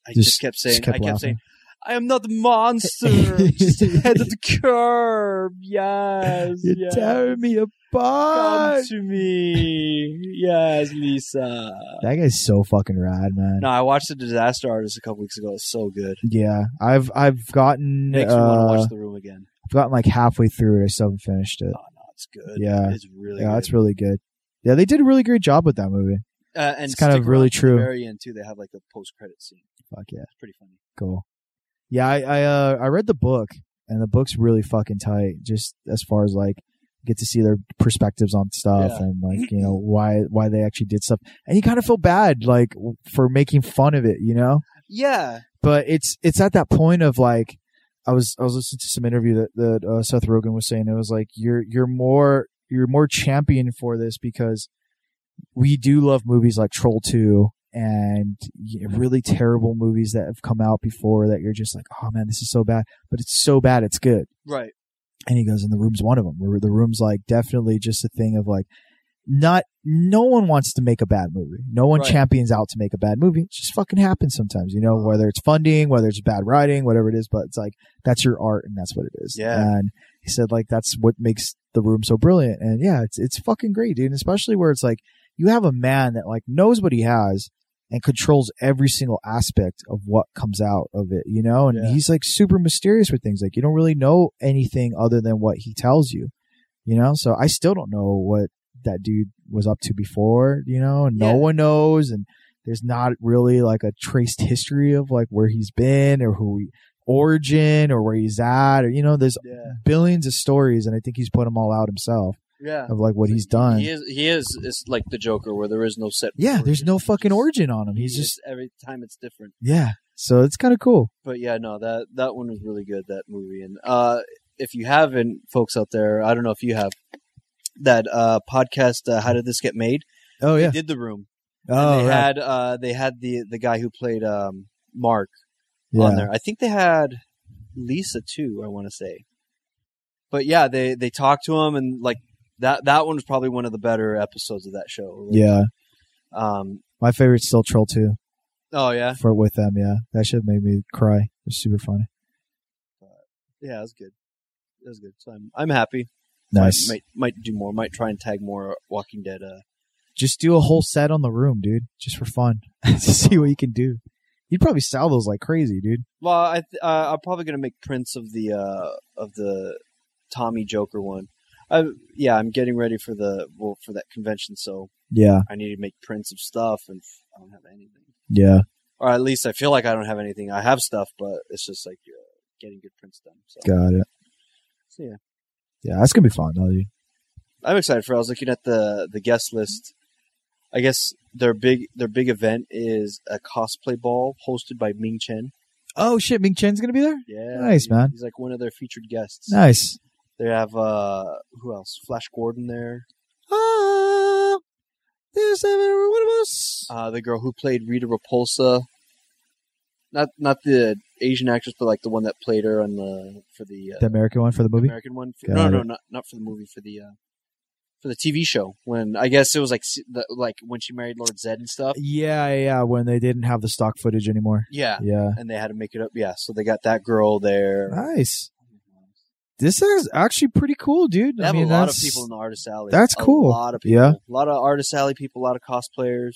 I just, kept saying, I kept saying, I am not a monster. just head to the curb. Yes, You're yes. tearing me Come apart. to me. Yes, Lisa. That guy's so fucking rad, man. No, I watched The Disaster Artist a couple weeks ago. It's so good. Yeah, I've I've gotten Makes me want uh, to watch the room again. I've gotten like halfway through it. I still haven't finished it. Oh no, it's good. yeah. it's really. yeah, good. that's really good. Yeah, they did a really great job with that movie. uh, and It's kind of stick around really to true. The very end too. They have like a post credit scene. Fuck yeah, It's pretty funny. cool. Yeah, I I, uh, I read the book and the book's really fucking tight. Just as far as like get to see their perspectives on stuff Yeah. and like you know why why they actually did stuff. And you kind of feel bad like w- for making fun of it, you know Yeah. but it's it's at that point of like I was I was listening to some interview that that uh, Seth Rogen was saying it was like you're you're more you're more champion for this because we do love movies like Troll Two and y- really terrible movies that have come out before that you're just like oh man this is so bad but it's so bad it's good Right. and he goes and the room's one of them where the room's like definitely just a thing of like not no one wants to make a bad movie no one Right. Uh-huh. champions out to make a bad movie it just fucking happens sometimes you know whether it's funding whether it's bad writing whatever it is but it's like that's your art and that's what it is Yeah. and he said like that's what makes the room so brilliant and yeah it's it's fucking great dude and especially where it's like you have a man that like knows what he has and controls every single aspect of what comes out of it, you know? And Yeah. he's like super mysterious with things. Like you don't really know anything other than what he tells you, you know? So I still don't know what that dude was up to before, you know? And Yeah. no one knows. And there's not really like a traced history of like where he's been or who he, origin or where he's at or, you know, there's Yeah. billions of stories. And I think he's put them all out himself Yeah. of like what he's done. He is. He is. It's like the Joker, where there is no set. yeah. There's origin. no fucking origin on him. He's It's- just, every time it's different. yeah. So it's kind of cool. But yeah, no, that that one was really good. That movie, and uh, if you haven't, folks out there, I don't know if you have that uh, podcast. Uh, How did this get made? Oh They yeah. did the room. Oh they right. had uh, they had the the guy who played um, Mark yeah. on there. I think they had Lisa too. I want to say, but yeah, they they talked to him and like that that one was probably one of the better episodes of that show. Yeah. Um. My favorite's still Troll 2 Oh yeah. for with them, yeah. That shit made me cry. It was super funny. Yeah, that was good. That was good. So I'm I'm happy. Nice. Might, might might do more. Might try and tag more Walking Dead. Uh, Just do a whole set on the room, dude, just for fun. to see what you can do. You'd probably sell those like crazy, dude. well, I th- uh, I'm probably gonna make prints of the uh, of the Tommy Joker one. I, yeah, I'm getting ready for the well for that convention, so Yeah. I need to make prints of stuff, and I don't have anything, Yeah. or at least I feel like I don't have anything. I have stuff, but it's just like uh, getting good prints done. So, Got it. so yeah, Yeah, that's gonna be fun, though, dude. I'm excited for. it. I was looking at the the guest list. I guess their big their big event is a cosplay ball hosted by Ming Chen. Oh shit, Ming Chen's gonna be there? Yeah, Nice, he- man. He's like one of their featured guests. Nice. They have uh who else? Flash Gordon there. Ah, there's every one of us. Uh, the girl who played Rita Repulsa. Not not the Asian actress, but like the one that played her on the for the, uh, The American one for the movie? American one. Got no, it. no, not not for the movie. For the uh, for the TV show. When I guess it was like s- the, like when she married Lord Zed and stuff. Yeah, yeah, when they didn't have the stock footage anymore. Yeah, Yeah. and they had to make it up. Yeah, so they got that girl there. Nice. This is actually pretty cool, dude. They I have mean, a lot of that's- people in the artist alley. that's A cool. lot of people. Yeah. A lot of artist alley people. A lot of cosplayers.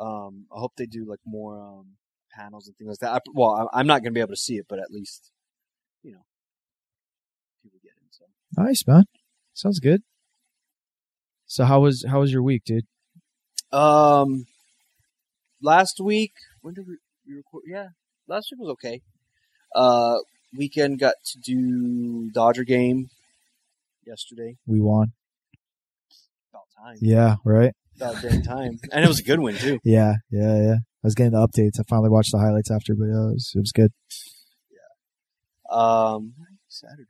Um, I hope they do like more um panels and things like that. I, well, I- I'm not gonna be able to see it, but at least you know people get in. So Nice, man. Sounds good. So how was how was your week, dude? Um, last week, when did we, we record? Yeah, last week was okay. Uh, weekend got to do Dodger game yesterday. We won. About time. Yeah, right. About damn time. And it was a good one too. Yeah, yeah, yeah. I was getting the updates. I finally watched the highlights after, but yeah, it was, it was good. Um, Saturday.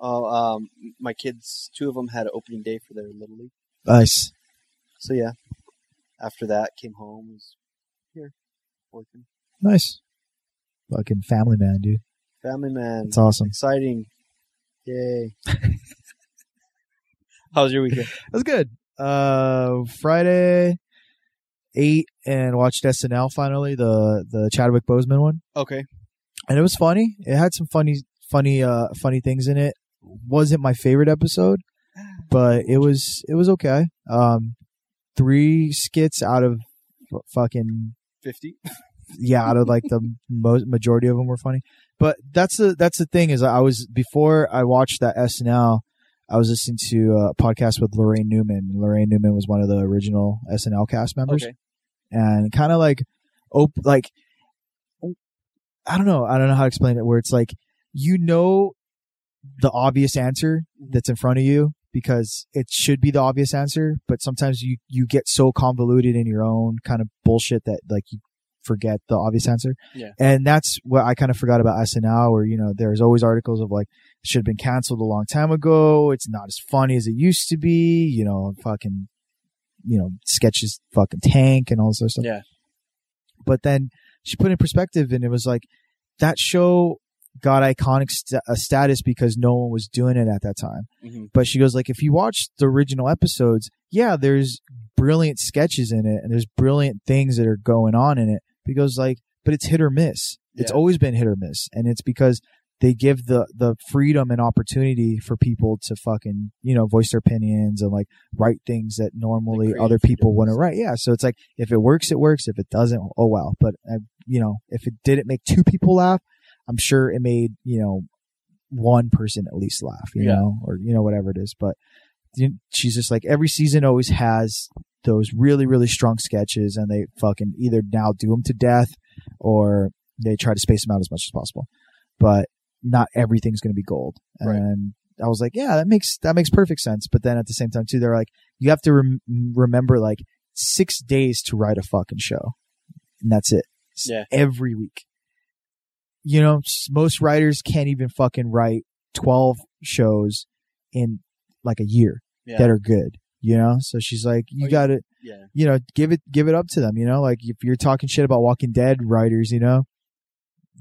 Oh, um, my kids, two of them had an opening day for their little league. Nice. So yeah, after that, came home was here working. Nice. Fucking family man, dude. Family man, That's awesome. exciting. Yay! How was your weekend? That's good. Uh Friday eight and watched SNL finally, the the Chadwick Boseman one. Okay. and it was funny. It had some funny, funny, uh, funny things in it. Wasn't my favorite episode, but it was it was okay. Um, three skits out of f- fucking 50. yeah, out of like the most majority of them were funny. But that's the that's the thing is I was before I watched that SNL. I was listening to a podcast with Lorraine Newman. Lorraine Newman was one of the original SNL cast members Okay. and kind of like op- like I don't know, I don't know how to explain it where it's like you know the obvious answer that's in front of you because it should be the obvious answer, but sometimes you you get so convoluted in your own kind of bullshit that like you forget the obvious answer. Yeah. And that's what I kind of forgot about SNL where you know there's always articles of like should have been canceled a long time ago, it's not as funny as it used to be, you know, fucking you know, sketches fucking tank and all this other stuff. Yeah. But then she put in perspective and it was like that show got iconic st- uh, status because no one was doing it at that time Mhm. but she goes like if you watch the original episodes yeah there's brilliant sketches in it and there's brilliant things that are going on in it because like but it's hit or miss it's Yeah. always been hit or miss and it's because they give the the freedom and opportunity for people to fucking you know voice their opinions and like write things that normally creative other people freedom wouldn't is- write yeah so it's like if it works it works if it doesn't oh well but uh, you know if it didn't make two people laugh i'm sure it made you know one person at least laugh, you Yeah. know, or you know whatever it is. But you- she's just like every season always has those really really strong sketches, and they fucking either now do them to death or they try to space them out as much as possible. But not everything's going to be gold. And Right. I was like, yeah, that makes that makes perfect sense. But then at the same time too, they're like, you have to rem- remember like six days to write a fucking show, and that's it. It's Yeah. every week you know, s- most writers can't even fucking write 12 shows in like a year Yeah. that are good, you know? So she's like, you Oh, yeah. got to, Yeah. you know, give it, give it up to them, you know? Like if you're talking shit about Walking Dead writers, you know,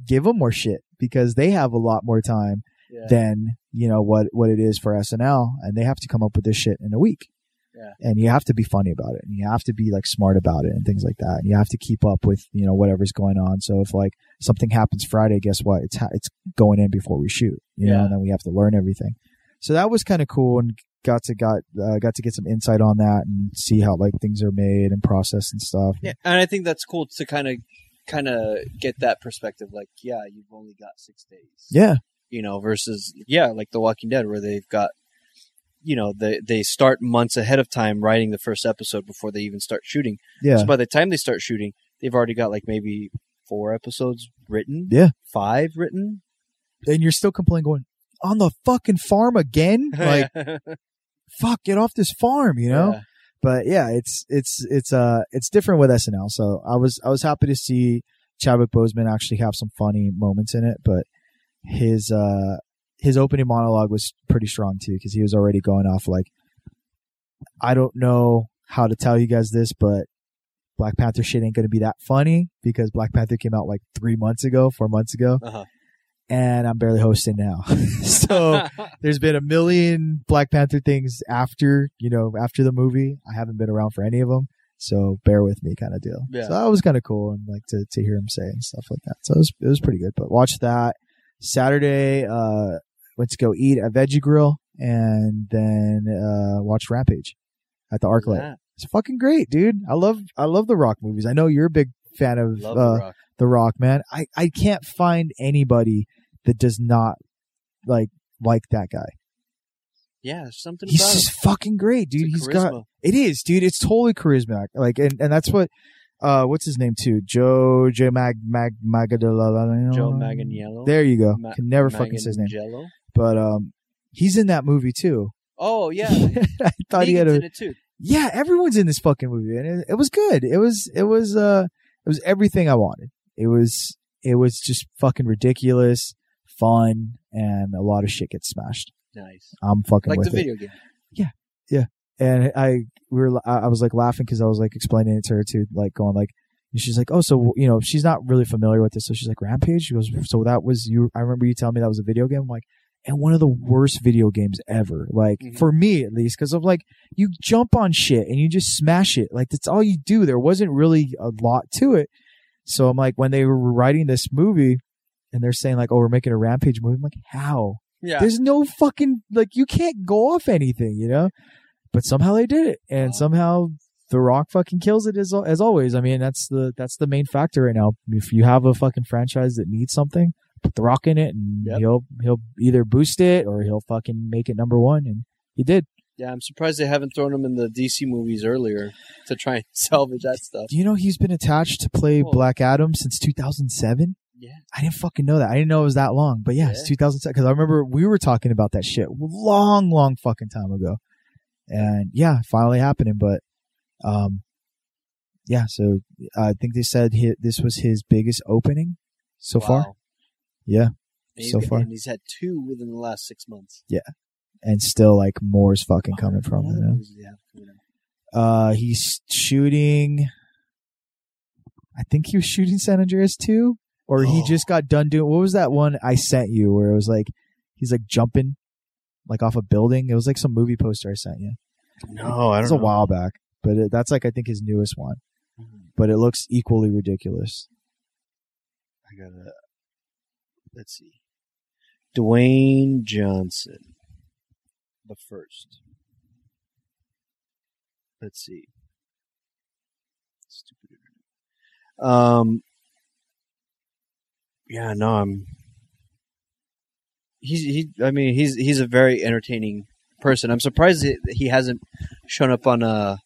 give them more shit because they have a lot more time Yeah. than, you know, what, what it is for SNL and they have to come up with this shit in a week. Yeah. And you have to be funny about it and you have to be like smart about it and things like that. And you have to keep up with, you know, whatever's going on. So if like, something happens Friday, guess what? It's ha- it's going in before we shoot, you know, Yeah. and then we have to learn everything. So that was kind of cool, and got to got uh, got to get some insight on that and see how like things are made and processed and stuff. Yeah, and I think that's cool to kind of kind of get that perspective. Like, yeah, you've only got six days. Yeah, you know, versus yeah, like The Walking Dead, where they've got you know they they start months ahead of time writing the first episode before they even start shooting. yeah, So by the time they start shooting, they've already got like maybe four episodes written. Yeah. five written. and you're still complaining, going on the fucking farm again. Like, Yeah. fuck, get off this farm, you know. Yeah. but yeah, it's it's it's uh it's different with SNL. So I was I was happy to see Chadwick Boseman actually have some funny moments in it, but his uh his opening monologue was pretty strong too because he was already going off like I don't know how to tell you guys this, but Black Panther shit ain't gonna be that funny because Black Panther came out like three months ago, four months ago, Uh-huh. and I'm barely hosting now, so there's been a million Black Panther things after, you know, after the movie. I haven't been around for any of them. So bear with me kind of deal. Yeah. So that was kind of cool and like to, to hear him say and stuff like that. So it was, it was pretty good, but watch that Saturday. Uh, went to go eat at veggie grill and then, uh, watch rampage at the arc light. Yeah, It's fucking great, dude. I love, I love the rock movies. I know you're a big fan of, love uh, the rock. the Rock, man. I, I can't find anybody that does not like like that guy. Yeah, there's something He's about just him. fucking great, dude. It's He's a got charisma. it is, dude. It's totally charismatic. Like and, and that's what uh what's his name too? Joe J Mag Mag Magadala. Joe Manganiello. There you go. Ma- Can never fucking say his name. Manganiello? But um he's in that movie too. Oh yeah, I thought he Negan's had a in it too. yeah, everyone's in this fucking movie, and it, it was good. It was it was uh it was everything I wanted. It was it was just fucking ridiculous, fun, and a lot of shit gets smashed. Nice, I'm fucking like with the it. video game. And I we were I I was like laughing because I was like explaining it to her too, like going like. and She's like, oh, so you know, she's not really familiar with this, so she's like, Rampage. She goes, so that was you. I remember you telling me that was a video game. I'm like, and one of the worst video games ever. Like Mhm. for me at least, because I'm like, you jump on shit and you just smash it. Like that's all you do. There wasn't really a lot to it. So I'm like, when they were writing this movie, and they're saying like, oh, we're making a Rampage movie. I'm like, how? Yeah, There's no fucking like you can't go off anything, you know. But somehow they did it, and Wow. somehow The Rock fucking kills it as as always. I mean, that's the that's the main factor right now. If you have a fucking franchise that needs something, put The Rock in it, and Yep. he'll he'll either boost it or he'll fucking make it number one. And he did. Yeah, I'm surprised they haven't thrown him in the DC movies earlier to try and salvage that stuff. Do you know he's been attached to play Cool. Black Adam since 2007? Yeah. I didn't fucking know that. I didn't know it was that long. But yeah, it's 2007. Because I remember we were talking about that shit long, long fucking time ago. And yeah, finally happening. But um, yeah, so I think they said hi this was his biggest opening so far. Wow. Yeah. And So he's- far. and he's had two within the last six months. And still, like, more is fucking coming from it. you know? Yeah. you know. Uh, he's shooting. I think he was shooting San Andreas too, or he Oh. just got done doing. What was that one I sent you where it was like he's like jumping like off a building? It was like some movie poster I sent you. No, I It don't was know. a while back, but it, that's like I think his newest one. Mm-hmm. But it looks equally ridiculous. I gotta. Let's see. Dwayne Johnson, the first. Let's see. Stupid internet. Um. Yeah, no, I'm. He's he. I mean, he's he's a very entertaining person. I'm surprised that he hasn't shown up on uh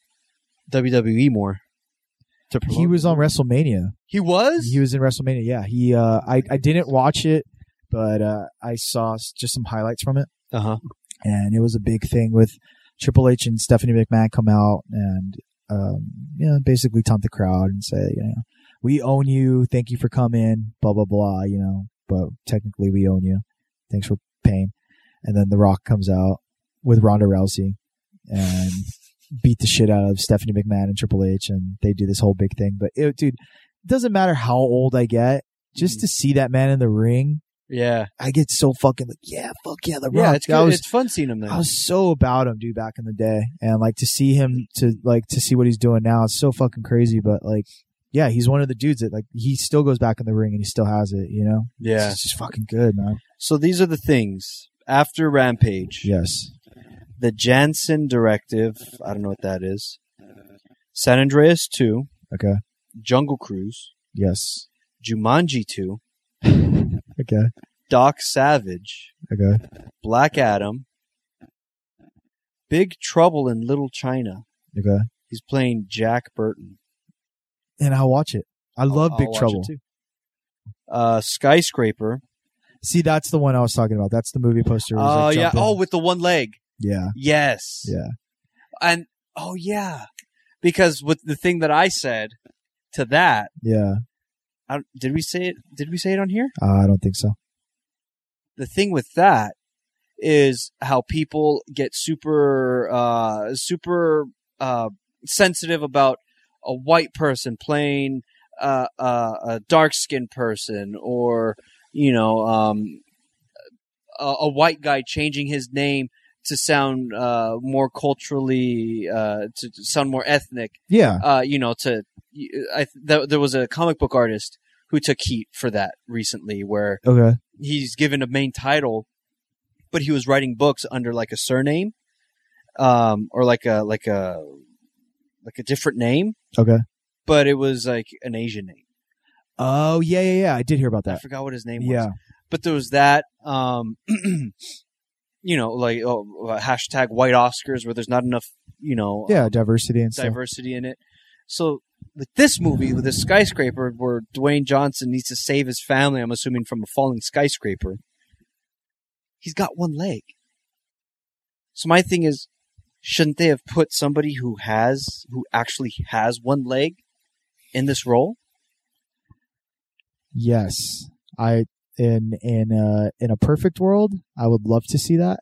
WWE more. To He promote. was on WrestleMania. He was. He was in WrestleMania. Yeah, he. Uh, I I didn't watch it, but uh, I saw s- just some highlights from it. Uh huh. and it was a big thing with Triple H and Stephanie McMahon come out and um, you know basically taunt the crowd and say you know we own you, thank you for coming, blah blah blah, you know, but technically we own you, thanks for paying. And then The Rock comes out with Ronda Rousey and beat the shit out of Stephanie McMahon and Triple H, and they do this whole big thing. But it, dude, it doesn't matter how old I Mm. get, just to see that man in the ring. Yeah. I get so fucking like, yeah, fuck yeah, the rock. Yeah, it's That good. was- it's fun seeing him there. I was so about him, dude, back in the day, and like to see him to like to see what he's doing now. It's so fucking crazy, but like, yeah, he's one of the dudes that like he still goes back in the ring and he still has it. You know, yeah. it's just fucking good, man. So these are the things after Rampage. Yes, The Jansen Directive. I don't know what that is. San Andreas Two. Okay. Jungle Cruise. yes, Jumanji Two. okay, Doc Savage. okay. Black Adam. Big Trouble in Little China. Okay. He's playing Jack Burton. And I'll watch it. I love I'll Big watch it Trouble. too. Uh, Skyscraper. See, that's the one I was talking about. That's the movie poster. Oh where he's, like, yeah. jumping. Oh, with the one leg. yeah, Yes. yeah. And oh yeah, because with the thing that I said to that, Yeah, I don't, did we say it? Did we say it on here? Uh, I don't think so. The thing with that is how people get super, uh, super uh, sensitive about a white person playing uh, uh, a dark skinned person, or you know, um, a, a white guy changing his name to sound uh, more culturally, uh, to- to sound more ethnic. Yeah, uh, you know, to I, th- there was a comic book artist who took heat for that recently, where okay. he's given a main title, but he was writing books under like a surname, um, or like a like a like a different name. Okay. But it was like an Asian name. Oh yeah, yeah, yeah. I did hear about I that. forgot what his name was. Yeah, But there was that. Um, you know, like oh, uh, hashtag White Oscars, where there's not enough, you know, yeah. Diversity and stuff. diversity in it. So with this movie, with this skyscraper, where Dwayne Johnson needs to save his family, I'm assuming from a falling skyscraper, he's got one leg. So my thing is, shouldn't they have put somebody who has, who actually has one leg, in this role? Yes, I in in uh in a perfect world, I would love to see that.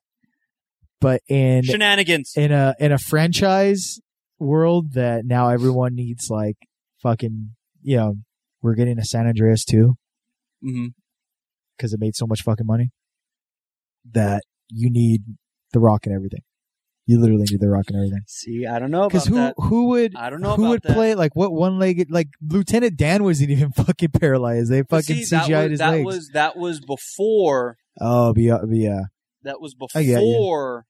But in Shenanigans. in a in a franchise world that now everyone needs like fucking you know we're getting a San Andreas too Mm-hmm. hmm because it made so much fucking money that you need the Rock and everything. You literally need the Rock and everything. See, I don't know Because about who that. who would I don't know who about would that. play like what one legged like Lieutenant Dan wasn't even fucking paralyzed. They But fucking see, that CGI'd was, his that legs. was that was before oh, be, be yeah. that was I get you. before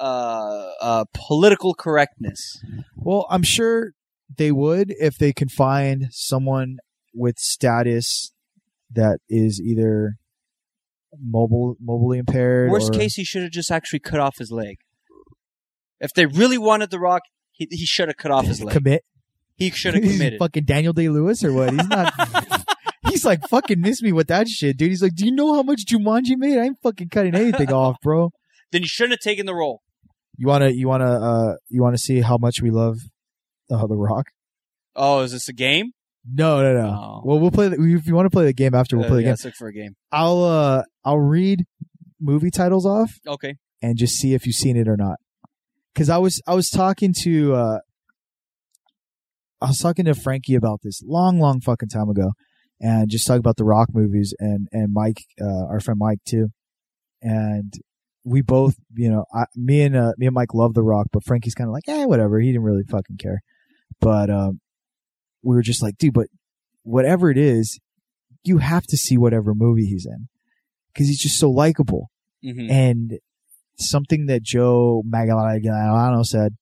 uh, uh, political correctness. Well, I'm sure they would if they can find someone with status that is either mobile, mobily impaired. Worst or- case, he should have just actually cut off his leg. If they really wanted The Rock, he, he should have cut off his leg. commit. He should have He's committed. fucking Daniel Day Lewis or what? He's not. He's like, fucking miss me with that shit, dude. He's like, do you know how much Jumanji made? I ain't fucking cutting anything off, bro. Then you shouldn't have taken the role. You wanna, you wanna, uh, you wanna see how much we love uh, the Rock? Oh, is this a game? No, no, no. Oh. Well, we'll play. The, if you want to play the game after, we'll Uh, play the yeah, game. let's look for a game. I'll, uh, I'll read movie titles off Okay. and just see if you've seen it or not. Because I was, I was talking to, uh, I was talking to Frankie about this long, long fucking time ago, and just talking about the Rock movies and and Mike, uh, our friend Mike too, and we both, you know, I, me and uh, me and Mike love the Rock, but Frankie's kind of like, eh, whatever. He didn't really fucking care, but um, we were just like, dude, but whatever it is, you have to see whatever movie he's in because he's just so likable hmm and something that Joe Magagliano said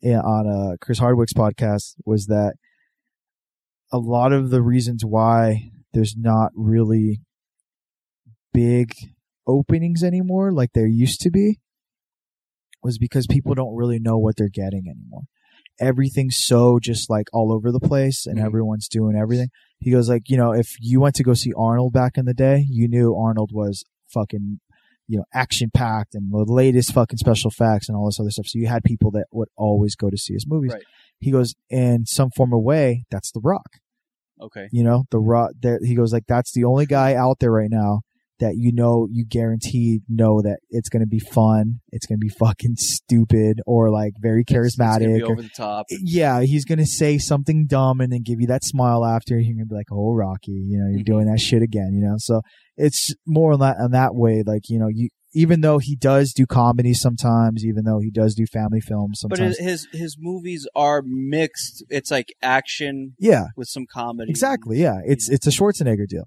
yeah, on uh, Chris Hardwick's podcast was that a lot of the reasons why there's not really big openings anymore like there used to be was because people don't really know what they're getting anymore. Everything's so just like all over the place and Mhm. everyone's doing everything. He goes like, you know, if you went to go see Arnold back in the day, you knew Arnold was fucking, you know, action packed and the latest fucking special facts and all this other stuff. So you had people that would always go to see his movies. Right. He goes, in some form of way, that's The Rock. Okay. You know, the raw. There, he goes like, "That's the only guy out there right now that you know, you guaranteed know that it's going to be fun. It's going to be fucking stupid or like very It's- it's gonna charismatic. be or- over the top. yeah, he's going to say something dumb and then give you that smile after. And you're going to be like, "Oh, Rocky, you know, you're Mhm. doing that shit again." You know, so it's more on that on that way. Like, you know, you even though he does do comedy sometimes, even though he does do family films But sometimes. his, his his movies are mixed. It's like action yeah, with some comedy. Exactly. Yeah. It's it's a Schwarzenegger deal.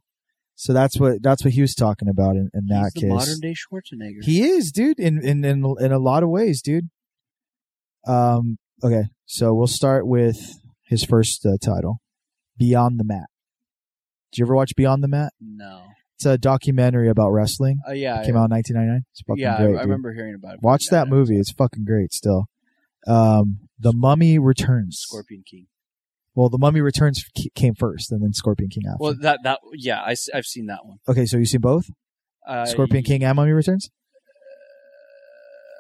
So that's what that's what he was talking about in, in He's that the case. modern day Schwarzenegger. he is, dude, in, in in in a lot of ways, dude. Um. Okay. So we'll start with his first uh, title, Beyond the Mat. Did you ever watch Beyond the Mat? no. It's a documentary about wrestling. Uh, yeah. It came out in 1999. It's fucking yeah, I- great. I, dude. remember hearing about it. Watch that Yeah, movie. It's fucking great. Still, um, The Mummy Returns. Scorpion King. Well, The Mummy Returns c- came first, and then Scorpion King after. Well, that that yeah, I, have seen that one. okay, so you seen both? I, Scorpion King and Mummy Returns.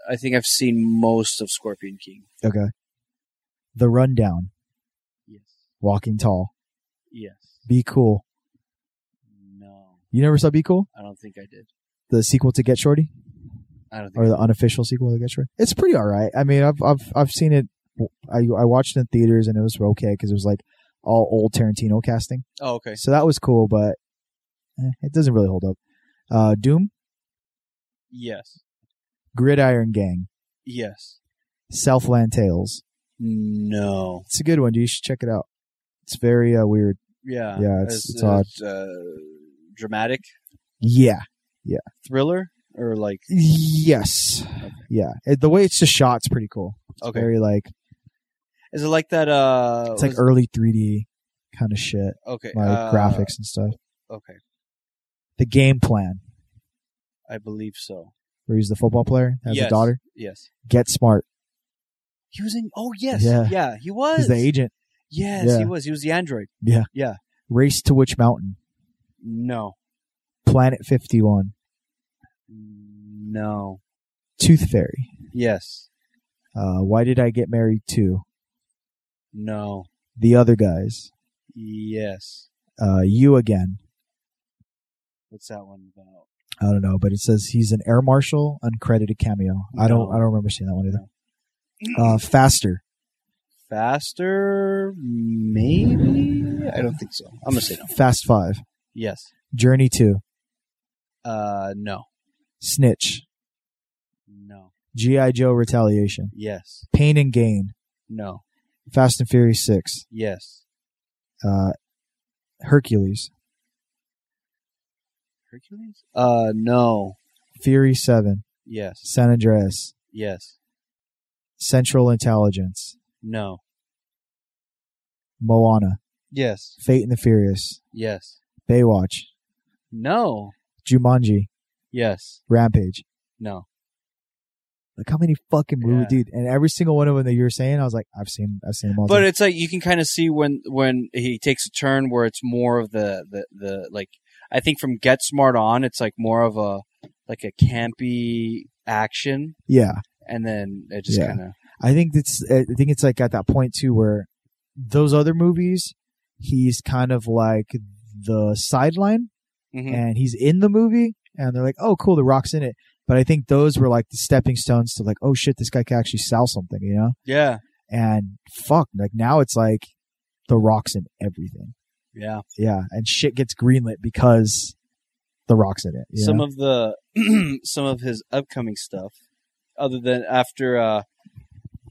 I think I've seen most of Scorpion King. Okay. The Rundown, Yes. Walking Tall, Yes. Be Cool. No, You never saw Be Cool, I don't think I did. the sequel to Get Shorty, I don't think. or the unofficial sequel to Get Shorty. It's pretty all right. I mean, I've I've I've seen it. I I watched it in theaters and it was okay because it was like all old Tarantino casting, oh, okay. so that was cool. But eh, it doesn't really hold up. Uh, Doom, Yes. Gridiron Gang, Yes. Southland Tales. No. It's a good one. dude. You should check it out. It's very uh, weird. Yeah. Yeah, it's- it's odd. Uh, dramatic Yeah. thriller or like Yes. Yeah. It, the way it's just shot, it's pretty cool. It's Okay. Very like is it like that? Uh, it's like was- early 3D kind of shit, okay like uh, graphics and stuff. Okay, The game plan I believe so. where he's the football player has yes. a daughter. Yes. Get smart. He was in. Oh yes. Yeah. Yeah. he was. He's the agent. Yes, Yeah. he was. He was the android. Race to which mountain? No. Planet 51. No. Tooth Fairy. Yes. Uh, why did I get married to No. the other guys? Yes. Uh, you again. What's that one about? I don't know, but it says he's an air marshal, uncredited cameo. I don't. No. I don't remember seeing that one either. Uh, faster. Faster, maybe. I don't think so. I'm gonna say no. Fast Five. Yes. Journey Two. Uh, no. Snitch. No. G.I. Joe Retaliation, Yes. Pain and Gain, No. Fast and Furious 6, Yes. uh, Hercules, Hercules. Uh, no. Fury 7, Yes. San Andreas, Yes. Central Intelligence, No. Moana, Yes. Fate and the Furious, Yes. Baywatch, No. Jumanji, Yes. Rampage, No. Like how many fucking movies, Yeah. dude? And every single one of them that you were saying, I was like, I've seen, I've seen them all. But it's like you can kind of see when when he takes a turn where it's more of the the, the like I think from Get Smart on it's like more of a like a campy action yeah, and then it just Yeah. kind of I think it's, I think it's like at that point too where those other movies, he's kind of like the sideline. Mm-hmm. and he's in the movie and they're like oh cool the rock's in it but i think those were like the stepping stones to like oh shit this guy can actually sell something you know yeah and fuck like now it's like the rock's in everything yeah yeah and shit gets greenlit because the rock's in it you some know? of the some of his upcoming stuff other than after uh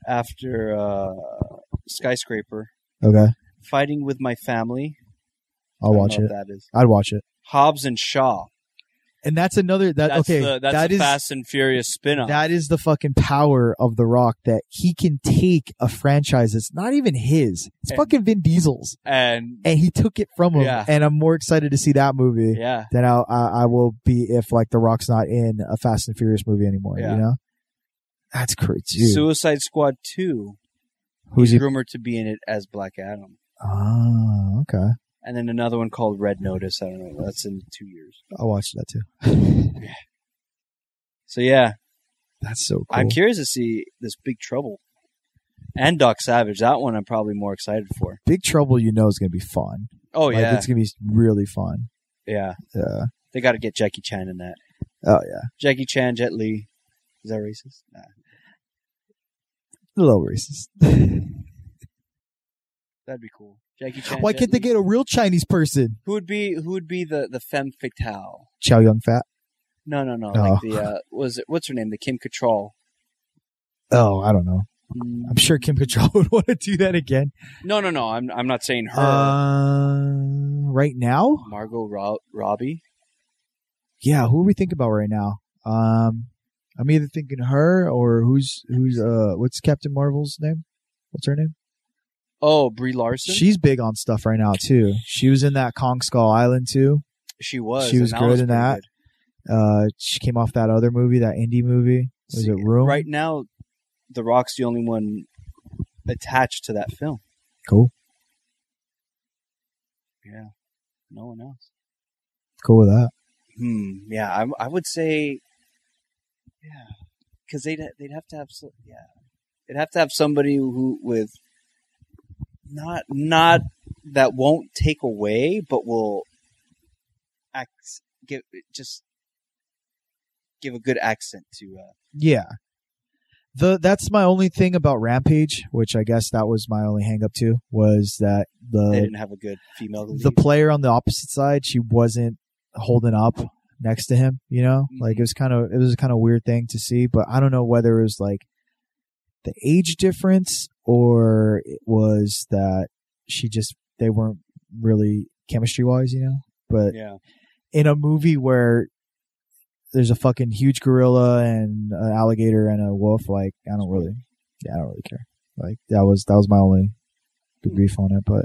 after uh skyscraper okay fighting with my family i'll I don't watch know if it that is i'd watch it Hobbs and Shaw and that's another that that's Uh, okay the, that's that the is- Fast and Furious spin off That is the fucking power of The Rock that he can take a franchise that's not even his. It's And- fucking Vin Diesel's. and And he took it from him. Yeah. And I'm more excited to see that movie yeah than I'll, I, I will be if like The Rock's not in a Fast and Furious movie anymore. Yeah. You know, that's crazy. Dude. Suicide Squad 2 Who's he? he's rumored to be in it as Black Adam Oh, okay. and then another one called Red Notice I don't know that's in 2 years I'll watch that too. so yeah That's so cool. I'm curious to see this Big Trouble and Doc Savage. That one I'm probably more excited for. Big Trouble, you know, is gonna be fun. Oh like, yeah, it's gonna be really fun. yeah. Yeah. They got to get Jackie Chan in that. Oh yeah. Jackie Chan, Jet Li. Is that racist? Nah. A little racist. That'd be cool. Jackie Chan. Why Jet can't they Li. get a real Chinese person? Who would be Who would be the the femme fatale? Chow Young Fat. No, no, no. Oh. Like the uh, was it what's her name? The Kim Cattrall. Oh, I don't know. Mm, I'm sure Kim Cattrall would want to do that again. No, no, no. I'm I'm not saying her. Uh, right now? Margot Rob- Robbie. Yeah, who are we thinking about right now? Um, I'm either thinking her or who's who's uh what's Captain Marvel's name? What's her name? Oh, Brie Larson. She's big on stuff right now too. She was in that Kong Skull Island too. she was. she and was that good in pretty that. good. Uh, she came off that other movie, that indie movie. Was See, it Room? Right now, The Rock's the only one attached to that film. Cool. Yeah, no one else. Cool with that. Hmm. Yeah, I, I would say, yeah, because they'd they'd have to have so- yeah, they'd have to have somebody who with not not that won't take away, but will act give just give a good accent to. Uh, Yeah. The that's my only thing about Rampage, which I guess that was my only hang up to was that the they didn't have a good female. the lead. player on the opposite side she wasn't holding up next to him you know Mhm. like it was kind of it was a kind of weird thing to see but i don't know whether it was like the age difference or it was that she just they weren't really chemistry wise you know but yeah, in a movie where there's a fucking huge gorilla and an alligator and a wolf like i don't really yeah i don't really care like that was that was my only grief on it but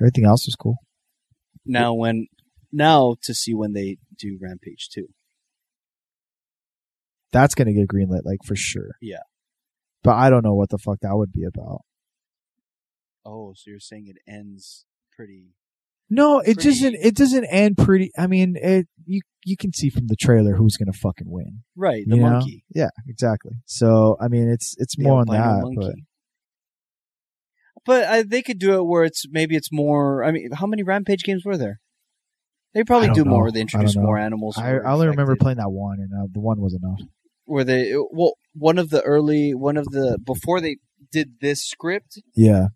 everything else was cool now when now to see when they do Rampage two. that's gonna get greenlit, like for sure. Yeah. But I don't know what the fuck that would be about. Oh, so you're saying it ends pretty? No, it Pretty- doesn't. It doesn't end pretty. I mean, it you you can see from the trailer who's gonna fucking win. Right, the you know? monkey. Yeah, exactly. So I mean, it's it's The more on albino that. But monkey. But, I, they could do it where it's maybe it's more. I mean, how many Rampage games were there? They probably I don't do know. more. Where they I introduce don't know. more animals. who I, are I only remember infected. playing that one, and uh, the one was enough. where they well one of the early one of the before they did this script Yeah.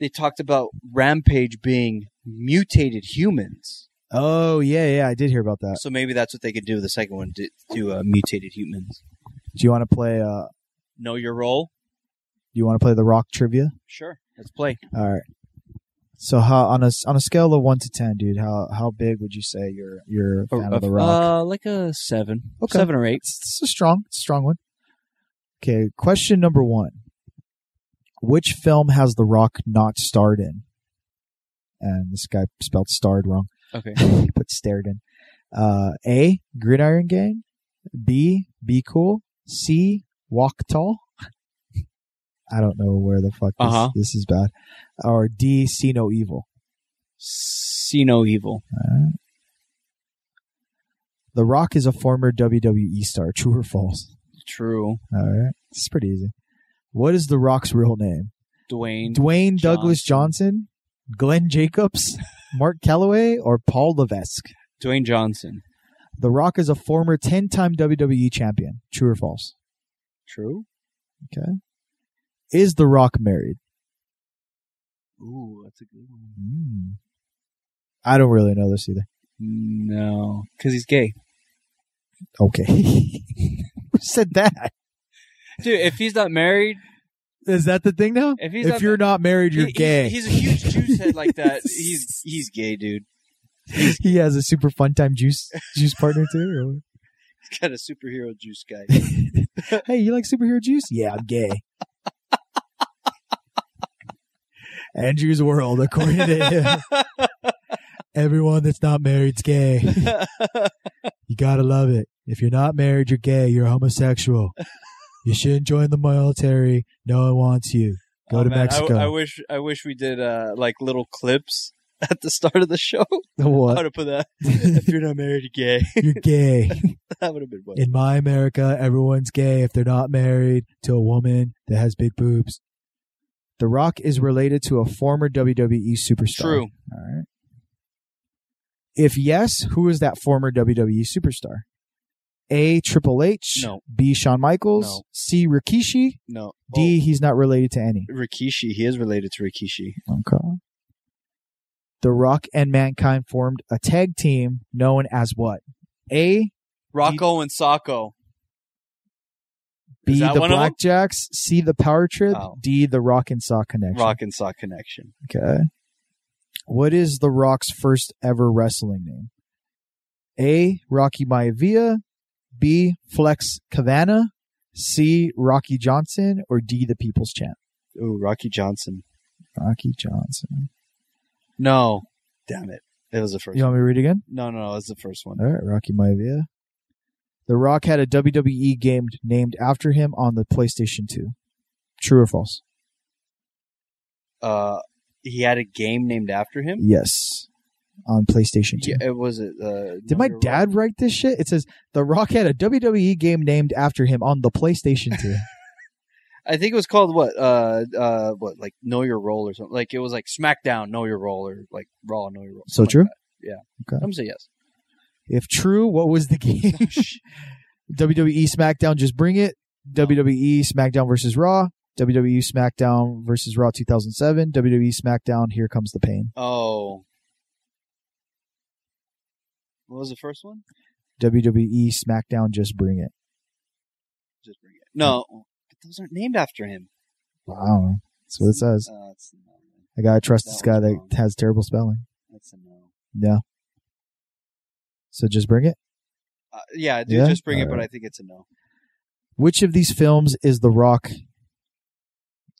they talked about Rampage being mutated humans. Oh yeah, yeah. I did hear about that. So maybe that's what they could do. with The second one do, do uh, mutated humans. Do you want to play? Uh, do Know your role. you want to play the rock trivia? Sure, let's play. All right. So how on a s- on a scale of one to ten, dude, how how big would you say you're you're a fan of the rock? Uh, like a seven, Okay. seven or eight. It's, it's a strong, it's a strong one. Okay, question number one: Which film has The Rock not starred in? And this guy spelled "starred" wrong. Okay. he put "stared in." Uh, a. Gridiron Gang. B. Be Cool. C. Walk Tall. I don't know where the fuck this, Uh-huh. this is bad. Or D, See No Evil. See no evil. The Rock is a former WWE star. True or false? True. All right. This is pretty easy. What is The Rock's real name? Dwayne. Dwayne Douglas Johnson, Glenn Jacobs, Mark Calloway, or Paul Levesque? Dwayne Johnson. The Rock is a former 10 time WWE E champion. True or false? True. Is The Rock married? Ooh, that's a good one. Hmm. I don't really know this either. No, because he's gay, Okay. Who said that? dude. If he's not married, Is that the thing now? if he's If not you're not married, you're he- gay. He's, he's a huge juice head like that. He's he's gay, dude. he has a super fun time juice juice partner too. or what? He's got a superhero juice guy. hey, you like superhero juice? Yeah, I'm gay. Andrew's world, according to him. Everyone that's not married's gay. you gotta love it. If you're not married, you're gay. You're homosexual. You shouldn't join the military. No one wants you. Go Oh, to man, I- Mexico. I, wish I wish we did uh, like little clips at the start of the show. How what? to put that? if you're not married, you're gay. you're gay. that would have been one. In my America, everyone's gay if they're not married to a woman that has big boobs. The Rock is related to a former WWE superstar. True. All right. If yes, who is that former WWE superstar? A. Triple H. No. B. Shawn Michaels. No. C. Rikishi. No. D. He's not related to any. Oh, Rikishi. He is related to Rikishi. Okay. The Rock and Mankind formed a tag team known as what? A. Rocco and Socko. B. that The one of them? Blackjacks. C. The Power Trip. Oh. D. The Rock and Sock Connection. Rock and Sock connection. Okay. What is The Rock's first ever wrestling name? A. Rocky Maivia, B. Flex Cavana, C. Rocky Johnson, or D. The People's Champ? Ooh, Rocky Johnson. Rocky Johnson. No. Damn it. It was the first You want me to read again? No, no, no. It was the first one. All right, Rocky Maivia. The Rock had a WWE game named after him on the PlayStation 2. True or false? Uh, he had a game named after him. Yes. On PlayStation 2. Yeah, it was it. Uh, Did my dad write this shit? It says The Rock had a WWE game named after him on the PlayStation 2. I think it was called what? Uh, uh, what like Know Your Role or something? Like it was like SmackDown Know Your Role or like Raw Know Your Role. So something true? Like that. yeah. Okay. I'm gonna say yes. If true, what was the game? WWE SmackDown, just bring it. WWE SmackDown versus Raw. WWE SmackDown versus Raw 2007. WWE E SmackDown, Here Comes the Pain. Oh. What was the first one? WWE E SmackDown, just bring it. Just bring it. No, but those aren't named after him. I don't know. Mm. That's what it says. Uh, it's a no. I gotta trust this guy that has terrible spelling. That's a no. No. So just bring it. Uh, yeah, dude, Yeah? just bring it. But Alright. I think it's a no. Which of these films is The Rock?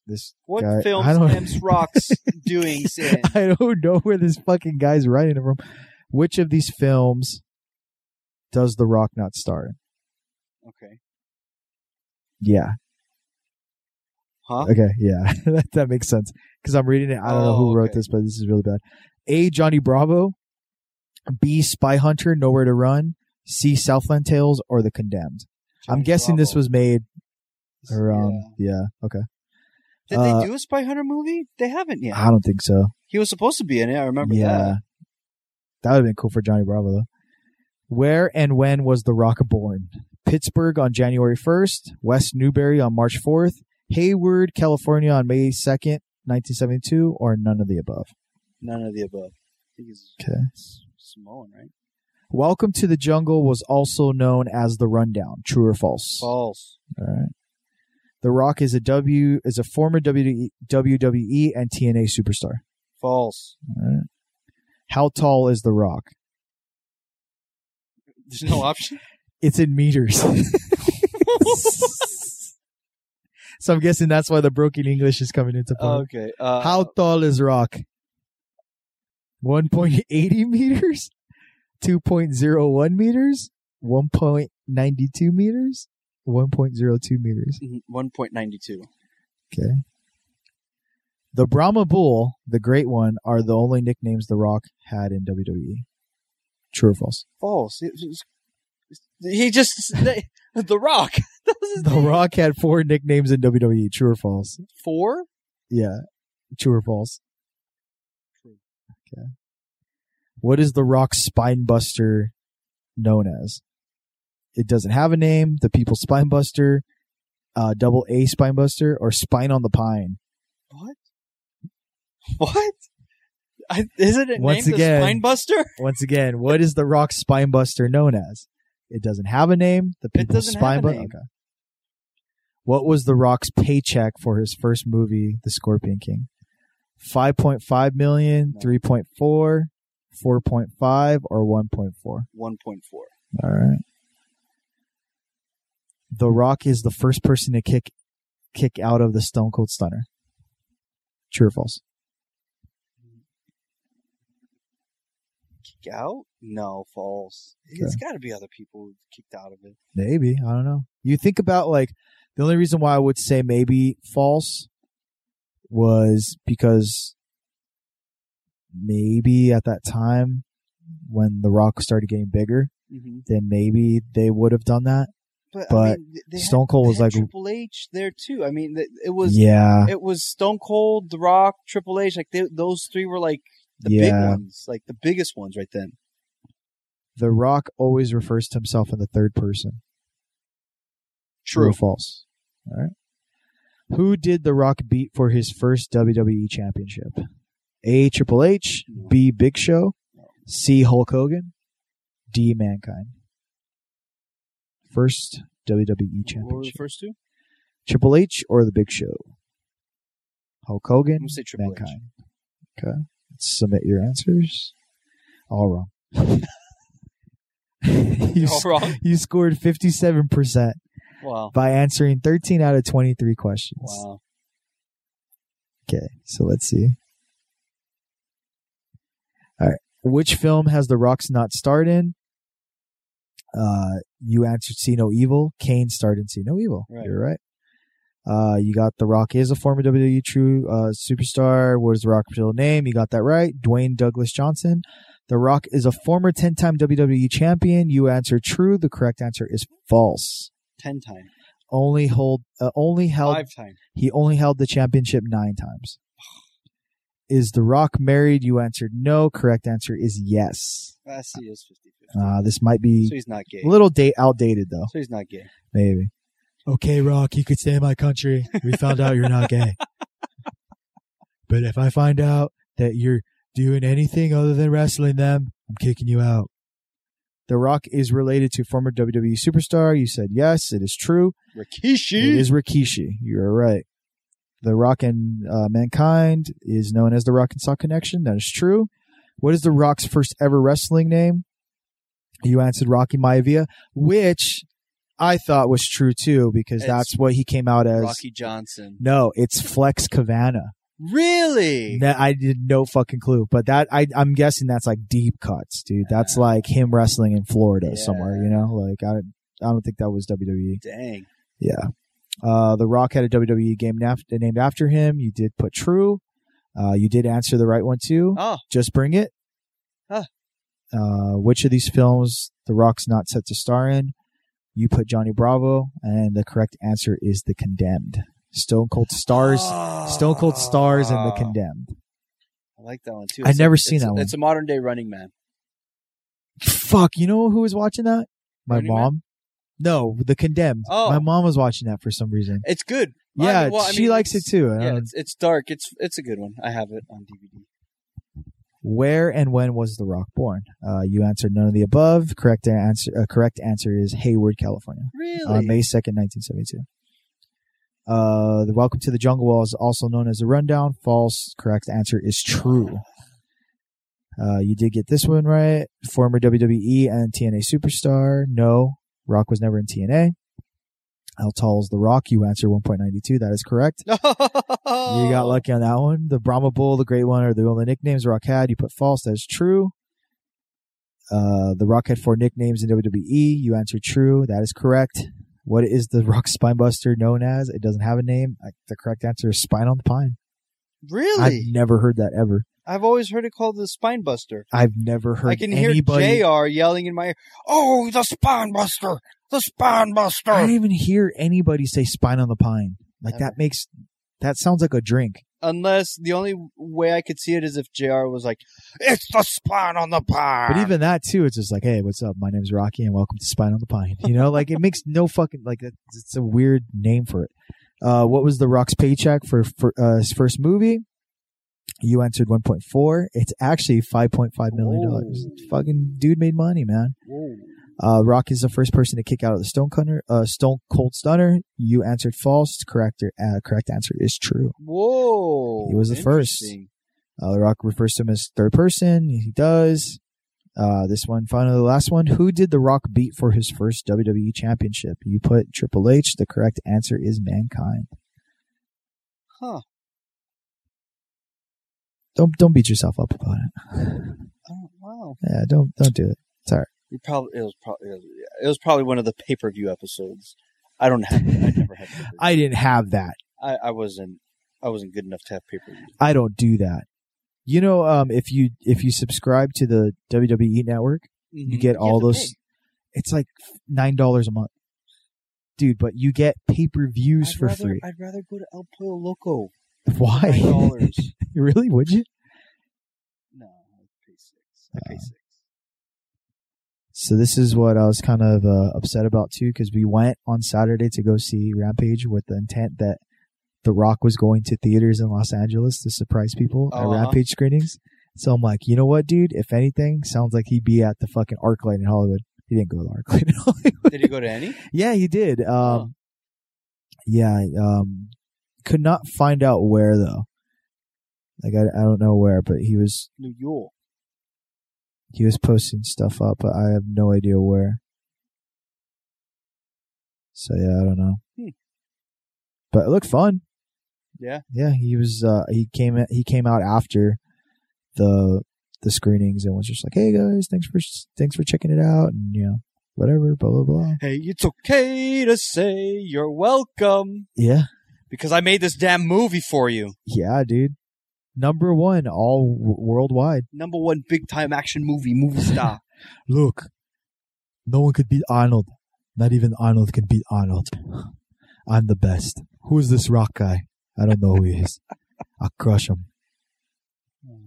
This What guy- films I don't- M's Rocks doing? Sin? I don't know where this fucking guy's writing it from. Which of these films does The Rock not star in? Okay. Yeah. Huh? Okay. Yeah. that, that makes sense. Because I'm reading it. I don't know Oh, who wrote okay. this, but this is really bad. A. Johnny Bravo. B. Spy Hunter, Nowhere to Run. C. Southland Tales or The Condemned. I'm Johnny guessing this Bravo. was made around. Yeah. Yeah. Okay. Did uh, they do a Spy Hunter movie? They haven't yet. I don't think so. He was supposed to be in it. I remember yeah. that. That would have been cool for Johnny Bravo, though. Where and when was The Rock born? Pittsburgh on January 1st, West Newberry on March 4th, Hayward, California on May 2nd, 1972, or none of the above? None of the above. I think he's Okay. Samoan, right? Welcome to the Jungle was also known as The Rundown. True or false? False. All right. The Rock is a W is a former WWE WWE and TNA superstar. False. How tall is The Rock? There's no option. It's in meters. so I'm guessing that's why the broken English is coming into play. okay. Uh, How tall is rock? 1.80 meters? 2.01 meters? 1.92 meters? 1.02 meters. mm-hmm, One point ninety two. The Brahma Bull, the Great One, are the only nicknames The Rock had in WWE. True or false? False. It was- he just they- the Rock. That was his The name. Rock had four nicknames in WWE. True or false? Four. Yeah. True or false? Okay. What is The Rock's spine buster known as? It doesn't have a name. The People's Spine Buster, uh, Double A Spine Buster, or Spine on the Pine. What? I, isn't it Once named again- the Spinebuster? Once again, what is The Rock's spine buster known as? It doesn't have a name. The People's doesn't have Spine a Buster. name. Okay. What was The Rock's paycheck for his first movie, The Scorpion King? 5.5 million, No. 3.4, 4.5, or 1.4? All One point four. right. The Rock is the first person to kick kick out of the Stone Cold Stunner. True or false? Kick out? No, false. It's got to be other people who kicked out of it. Maybe. I don't know. You think about like the only reason why I would say maybe false was because maybe at that time when The Rock started getting bigger, Mm-hmm. then maybe they would have done that. But, I But mean, th- they had- Stone Cold they was had like, Triple H there too. I mean, th- it was yeah, it was Stone Cold, The Rock, Triple H. Like they, those three were like the big yeah. ones, like the biggest ones right then. The Rock always refers to himself in the third person. or false? All right. Who did The Rock beat for his first WWE championship? A. Triple H, B. Big Show, C. Hulk Hogan, D. Mankind. First WWE What were the championship. first two? Triple H or The Big Show? Hulk Hogan, I'm gonna say Triple H. Mankind. Okay. Let's submit your answers. All wrong. you, All s- wrong. you scored 57% Oh, Wow. by answering 13 out of 23 questions. Wow. Okay, so let's see. All right. Which film has The Rock's not starred in? Uh, you answered See No Evil. Kane starred in See No Evil. Right. You're right. Uh, you got The Rock is a former WWE true uh, superstar. What is The Rock's real name? You got that right. Dwayne Douglas Johnson. The Rock is a former 10 time WWE E champion. You answer true. The correct answer is false. Ten time. Only hold, uh, only held Five time. he only held the championship nine times. Is The Rock married? You answered no. Correct answer is yes. I see. Is fifty fifty. Uh, this might so be he's not gay. a little date outdated though. So he's not gay. Maybe. Okay, Rock, you could stay in my country. We found out you're not gay. But if I find out that you're doing anything other than wrestling them, I'm kicking you out. The Rock is related to former WWE superstar. You said yes, it is true. It Rikishi. is Rikishi. You're right. The Rock and uh, Mankind is known as the Rock and Saw Connection. That is true. What is the Rock's first ever wrestling name? You answered Rocky Maivia, which I thought was true too, because It's that's what he came out as. Rocky Johnson. No, it's Flex Cavana. Really? No, I did no fucking clue, but that I, I'm guessing that's like deep cuts, dude. That's like him wrestling in Florida Yeah. somewhere. You know, like I, I don't think that was E. WWE. Dang. Yeah. Uh, the Rock had a WWE game naf- named after him. You did put true. Uh, you did answer the right one too. Oh. Just bring it. Huh. Uh, which of these films The Rock's not set to star in? You put Johnny Bravo, and the correct answer is The Condemned. Stone Cold stars, Stone Cold stars, and The Ah. Condemned. I like that one too. I've It's a- never seen it's a- that one. It's a modern day Running Man. Fuck, you know who was watching that? My Running Man? mom. No, The Condemned. Oh. My mom was watching that for some reason. It's good. I yeah, mean- well, I she mean, likes it it's- too. I Yeah, don't- it's, it's dark. It's it's a good one. I have it on DVD. Where and when was The Rock born? Uh, you answered none of the above. Correct answer. Uh, correct answer is Hayward, California, Really? on May second, nineteen seventy-two. Uh, the Welcome to the Jungle Wall is also known as the Rundown. False. Correct answer is true. Uh, you did get this one right. Former WWE and TNA superstar. No, Rock was never in TNA. How tall is The Rock? You answered 1.92. That is correct. You got lucky on that one. The Brahma Bull, the Great One, are the only nicknames Rock had. You put false. That is true. E. Uh, the Rock had four nicknames in WWE. You answered true. That is correct. What is the rock spine buster known as? It doesn't have a name. I, the correct answer is spine on the pine. Really? I've never heard that ever. I've always heard it called the spine buster. I've never heard I can anybody. hear JR yelling in my ear, Oh, the spine buster! The spine I don't buster! even hear anybody say spine on the pine. Like Never. that makes that sounds like a drink. Unless the only way I could see it is if JR was like, It's the spine on the pie! But even that too, it's just like, hey, what's up? My name's Rocky, and welcome to Spine on the Pine. You know, like it makes no fucking like it- it's a weird name for it. Uh, what was the Rock's paycheck for, for uh, his first movie? You answered one point four. It's actually five point five million dollars. Ooh. Fucking dude made money, man. Uh, Rock is the first person to kick out of the Stone Cunner, uh, Stone Cold Stunner. You answered false. Correct. Uh, correct answer is true. Whoa! He was the first. Interesting. Uh, the Rock refers to him as third person. He does. Uh, this one, finally, the last one. Who did The Rock beat for his first WWE championship? You put Triple H. The correct answer is Mankind. Huh. Don't don't beat yourself up about it. Oh, wow. Yeah, don't don't do it. You probably, it, was probably, it was probably one of the pay per view episodes. I don't have, I never had pay-per-view. I didn't have that. I, I wasn't I wasn't good enough to have pay per view. I don't do that. You know, um, if you if you subscribe to the WWE network, Mm-hmm. you get all those. It's like nine dollars a month, dude. But you get pay per views for rather, free. I'd rather go to El Pollo Loco. Nine Why? dollars. really? Would you? no, I pay six. I pay six. So this is what I was kind of uh, upset about too, because we went on Saturday to go see Rampage with the intent that The Rock was going to theaters in Los Angeles to surprise people Uh-huh. at Rampage screenings. So I'm like, you know what, dude? If anything, sounds like he'd be at the fucking ArcLight in Hollywood. He didn't go to the ArcLight in Hollywood. Did you go to any? yeah, he did. Um, Huh. Yeah, um, could not find out where though. Like I, I don't know where, but he was New York. he was posting stuff up, but I have no idea where. So yeah, I don't know. Hmm. But it looked fun. Yeah. Yeah, he was uh he came he came out after the the screenings and was just like, "Hey guys, thanks for thanks for checking it out." And you know, whatever, blah blah blah. Hey, it's okay to say you're welcome Yeah. because I made this damn movie for you. Yeah, dude. Number 1 all w- worldwide. Number one big time action movie, movie star. look, no one could beat Arnold. Not even Arnold can beat Arnold. I'm the best. Who is this rock guy? I don't know who he is. I'll crush him. Hmm.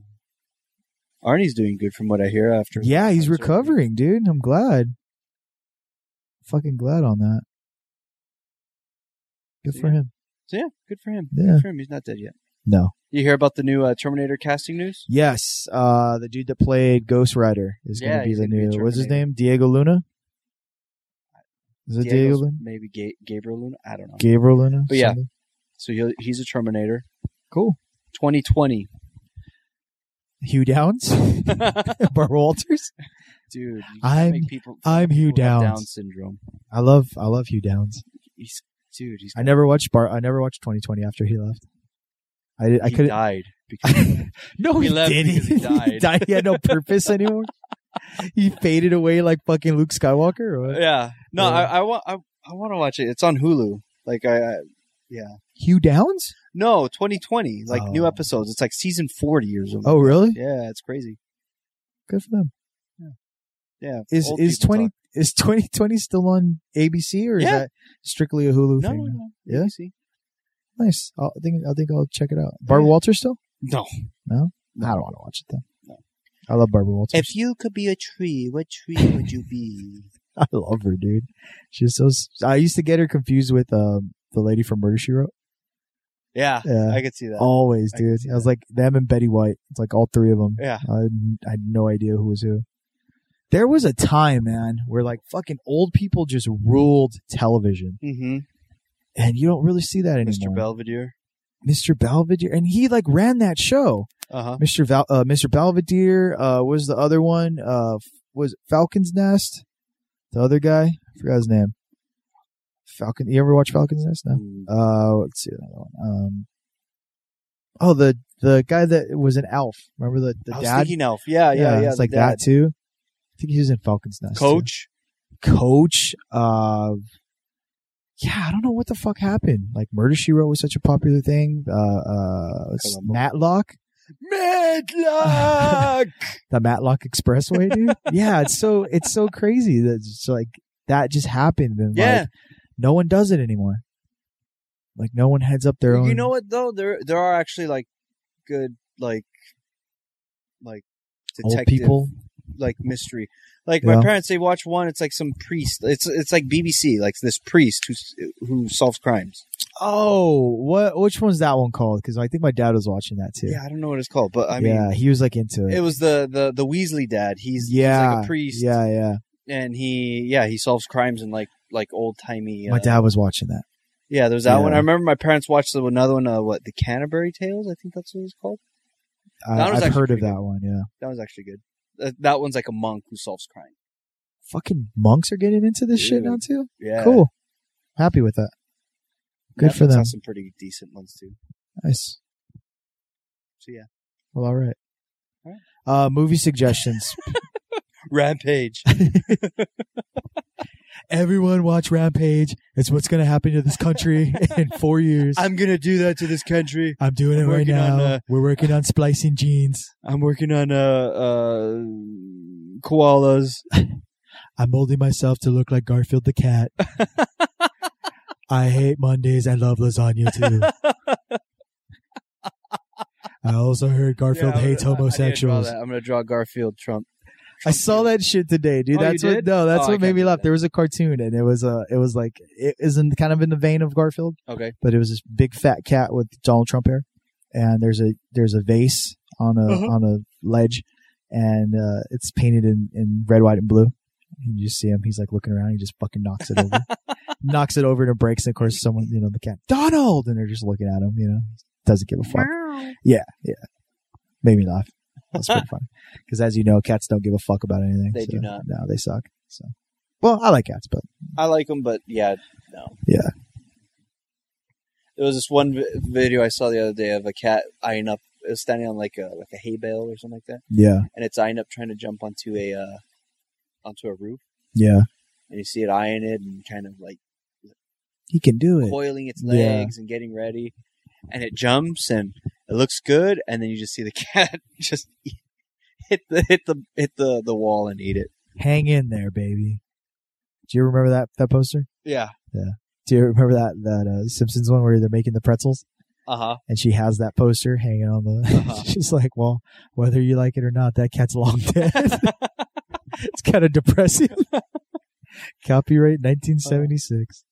Arnie's doing good from what I hear after. Yeah, he's I'm sorry. recovering, dude. I'm glad. Fucking glad on that. Good for Yeah. him. So yeah, good for him. Yeah. Good for him. He's not dead yet. No. You hear about the new uh, Terminator casting news? Yes, uh, the dude that played Ghost Rider is Yeah, going to be he's the gonna be new. what's his Terminator. name? Diego Luna. Is it Diego Diego's Luna? maybe Ga- Gabriel Luna. I don't know. Gabriel Luna. But yeah. something? So he'll, he's a Terminator. cool. 2020. Hugh Downs, Barbara Walters. Dude, you just I'm- make people. I'm Hugh people have Downs. Down syndrome. I love I love Hugh Downs. He's dude. He's I never watched Bar. I never watched 2020 after he left. I did, I he couldn't. died because No, He he, left didn't. because he he died. died. He had no purpose anymore. he faded away like fucking Luke Skywalker. Or what? yeah. No, Yeah. I, I want I, I want to watch it. It's on Hulu. Like I, I yeah. Hugh Downs? No, 2020. Like new Oh. episodes. It's like season 40 or something. Oh, really? Yeah, it's crazy. Good for them. Yeah. Is old is people 20 talk. is 2020 still on ABC or is Yeah. that strictly a Hulu No, thing? no, no. Yeah? ABC. Nice. I'll, I think I think I'll check it out. Barbara Walters still? No. No, I don't want to watch it then. I love Barbara Walters. If you could be a tree, what tree would you be? I love her, dude. She's so. s- I used to get her confused with um, the lady from Murder She Wrote. yeah, Yeah, I could see that. always, I can dude. see I, was like them and Betty White. It's like all three of them. Yeah. I, I had no idea who was who. There was a time, man, where like fucking old people just ruled television, Mm-hmm. and you don't really see that Mr. anymore. Belvedere. Mr. Belvedere, and he like ran that show. Uh huh. Mr. Val, uh, Mr. Belvedere uh, was the other one. Uh, f- was it Falcon's Nest? The other guy, I forgot his name. Falcon. You ever watch Falcon's Nest? No. Mm. Uh, let's see another one. Um, oh, the the guy that was an elf. Remember the the I was dad? thinking elf. Yeah, yeah, yeah. it's the like dad. that too. I think he was in Falcon's Nest. too. Coach. coach. Uh, yeah, I don't know what the fuck happened. Like Murder She Wrote was such a popular thing. Uh, uh, Columbo. Matlock, Matlock. the Matlock Expressway, dude. yeah, it's so it's so crazy that it's like that just happened, and Yeah. like no one does it anymore. Like no one heads up their own. You know what though? There there are actually like good like like old detective people. like mystery. Like Yeah. my parents, they watch one. It's like some priest. It's it's like BBC, like this priest who who solves crimes. Oh, what? Which one's that one called? Because I think my dad was watching that too. Yeah, I don't know what it's called, but I mean, yeah, he was like into it. it was the the the Weasley dad. He's he's Yeah, like a priest, yeah, yeah. and he yeah he solves crimes in like like old timey. Uh, My dad was watching that. yeah, there's that Yeah. one. I remember my parents watched the, another one. Uh, what the Canterbury Tales? I think that's what it's called. That I, was I've actually heard of pretty that one. Yeah, That was actually good. That, that one's like a monk who solves crime. fucking monks are getting into this Dude. shit now too. Yeah, Cool. Happy with that. Good for Netflix has them. Some pretty decent ones too. Nice. So, yeah. Well, all right. All Uh, movie suggestions. Rampage. Everyone watch Rampage. It's what's going to happen to this country in four years. I'm, I'm gonna do that to this country. doing it I'm right working now. on, uh, We're working on splicing genes. I'm working on uh, uh koalas. I'm molding myself to look like Garfield the cat. I hate Mondays. I love lasagna too. I also heard Garfield Yeah, I- hates I- I need to draw homosexuals. that. I'm gonna draw Garfield Trump. I saw that shit today, dude. Oh, you that's what did? no, that's Oh, I what made can't me do laugh. that. There was a cartoon and it was uh it was like it isn't kind of in the vein of Garfield, Okay. but it was this big fat cat with Donald Trump hair. And there's a there's a vase on a Uh-huh. on a ledge and uh it's painted in, in red, white, and blue. You just see him, he's like looking around, he just fucking knocks it over. knocks it over and it breaks, and of course someone, you know, the cat Donald and they're just looking at him, you know. Doesn't give a fuck. Yeah, yeah. Made me laugh. That's pretty funny. Because as you know, cats don't give a fuck about anything. They so, do not. No, they suck. So, well, I like cats, but I like them, but yeah, no. Yeah. There was this one vi- video I saw the other day of a cat eyeing up, it was standing on like a like a hay bale or something like that, yeah, and it's eyeing up trying to jump onto a uh, onto a roof, yeah, and you see it eyeing it and kind of like he can do it. coiling its Yeah. legs and getting ready, and it jumps and it looks good, and then you just see the cat just e-, hit the hit the hit the the wall and eat it. Hang in there, baby. Do you remember that that poster? Yeah. Do you remember that that uh, Simpsons one where they're making the pretzels Uh huh. and she has that poster hanging on the? Uh-huh. she's like, well, whether you like it or not, that cat's long dead. it's kind of depressing. Copyright 1976.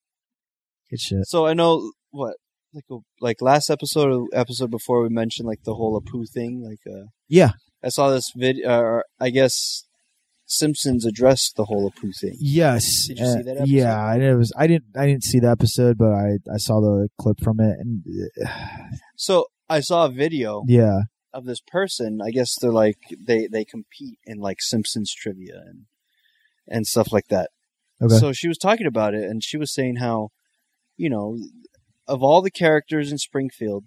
Good shit. So I know what like a, like last episode or episode before we mentioned like the whole Apu thing. Like uh, Yeah. I saw this video. Uh, I guess Simpsons addressed the whole Apu thing. Yes. uh, Did you see that episode? Yeah, I it was. I didn't. I didn't see the episode, but I I saw the clip from it, and uh, So I saw a video yeah, of this person. I guess they're like they they compete in like Simpsons trivia and and stuff like that. okay, So she was talking about it, and she was saying how, you know, of all the characters in Springfield,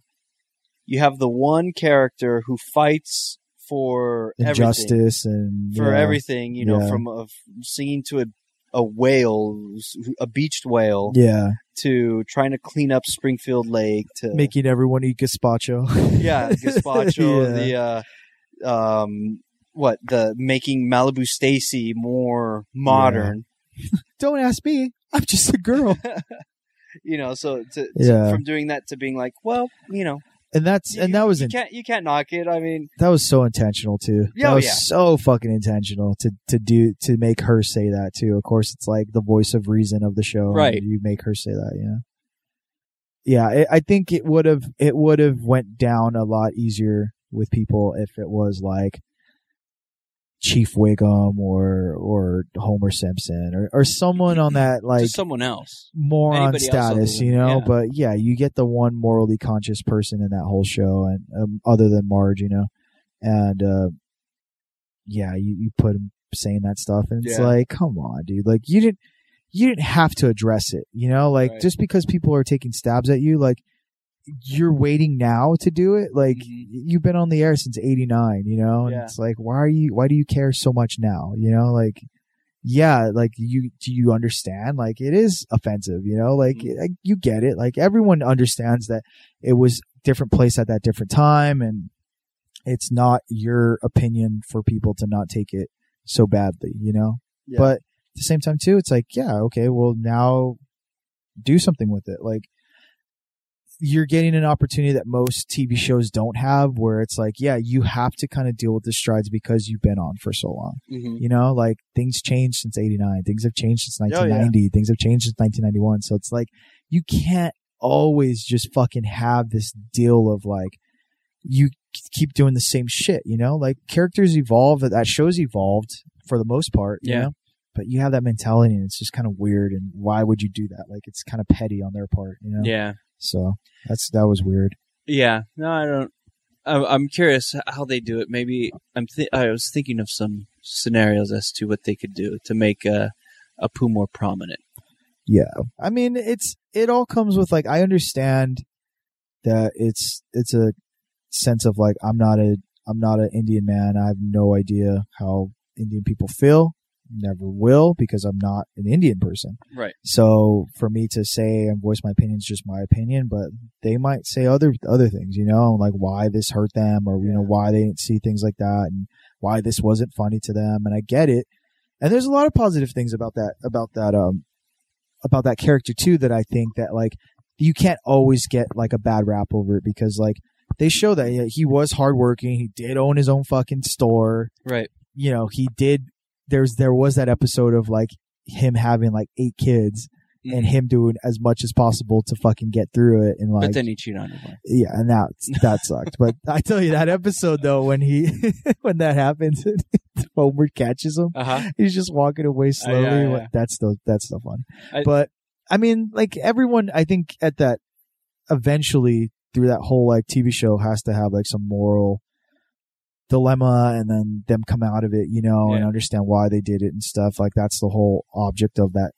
you have the one character who fights for everything, injustice and for yeah, everything. You know, Yeah. from a, singing to a a whale, a beached whale, Yeah, to trying to clean up Springfield Lake, to making everyone eat gazpacho. yeah, the gazpacho, Yeah. the uh, um, what the making Malibu Stacy more modern. Don't ask me. I'm just a girl, you know so to, to- Yeah. from doing that to being like well you know and that's you, and that was you in, can't you can't knock it i mean that was so intentional too. Yeah, that was yeah. so fucking intentional to to do to make her say that too. Of course, it's like the voice of reason of the show. and Right. you make her say that. Yeah. yeah I i think it would have it would have went down a lot easier with people if it was like chief wiggum or or homer simpson or, or someone on that like just someone else moron anybody else other status than- you know yeah. but yeah you get the one morally conscious person in that whole show and um, other than marge you know and uh yeah you, you put him saying that stuff and it's Yeah. like come on dude like you didn't you didn't have to address it you know like Right. just because people are taking stabs at you like you're waiting now to do it like Mhm. you've been on the air since 89 you know and Yeah. it's like why are you why do you care so much now you know like yeah, like you do you understand? Like it is offensive, you know? Like Mhm. like, you get it. Like everyone understands that it was different place at that different time and it's not your opinion for people to not take it so badly, you know? Yeah. But at the same time too, it's like, yeah, okay, well now do something with it. Like you're getting an opportunity that most TV shows don't have where it's like, yeah, you have to kind of deal with the strides because you've been on for so long. Mm-hmm. You know, like things changed since 89. Things have changed since yeah. 1990. Things have changed since 1991. So it's like, you can't always just fucking have this deal of like, you k- keep doing the same shit, you know? Like characters evolve, uh, that- that show's evolved for the most part. You Yeah. know? But you have that mentality and it's just kind of weird. And why would you do that? Like it's kind of petty on their part, you know? Yeah. So that's, that was weird. Yeah. No, I don't. I- I'm curious how they do it. Maybe I'm. Th- I was thinking of some scenarios as to what they could do to make uh, Apu more prominent. I mean, it's it all comes with like I understand that it's it's a sense of like I'm not a I'm not an Indian man. I have no idea how Indian people feel. Never will because I'm not an Indian person. Right. So for me to say and voice my opinion is just my opinion, but they might say other other things, you know, like why this hurt them or you know why they didn't see things like that and why this wasn't funny to them. And I get it. And there's a lot of positive things about that about that um about that character too that I think that like you can't always get like a bad rap over it because like they show that yeah, he was hardworking, he did own his own fucking store, Right. You know, he did. There's there was that episode of like him having like eight kids Mm-hmm. and him doing as much as possible to fucking get through it and like but then he cheated on his wife. yeah, and that that sucked. But I tell you that episode though when he when that happens, Homer catches him Uh huh. he's just walking away slowly. Uh, yeah, Like, yeah. That's the that's the fun. I- but I mean, like everyone, I think at that eventually through that whole like TV show has to have like some moral dilemma and then them come out of it, you know, and Yeah. understand why they did it and stuff. Like that's the whole object of that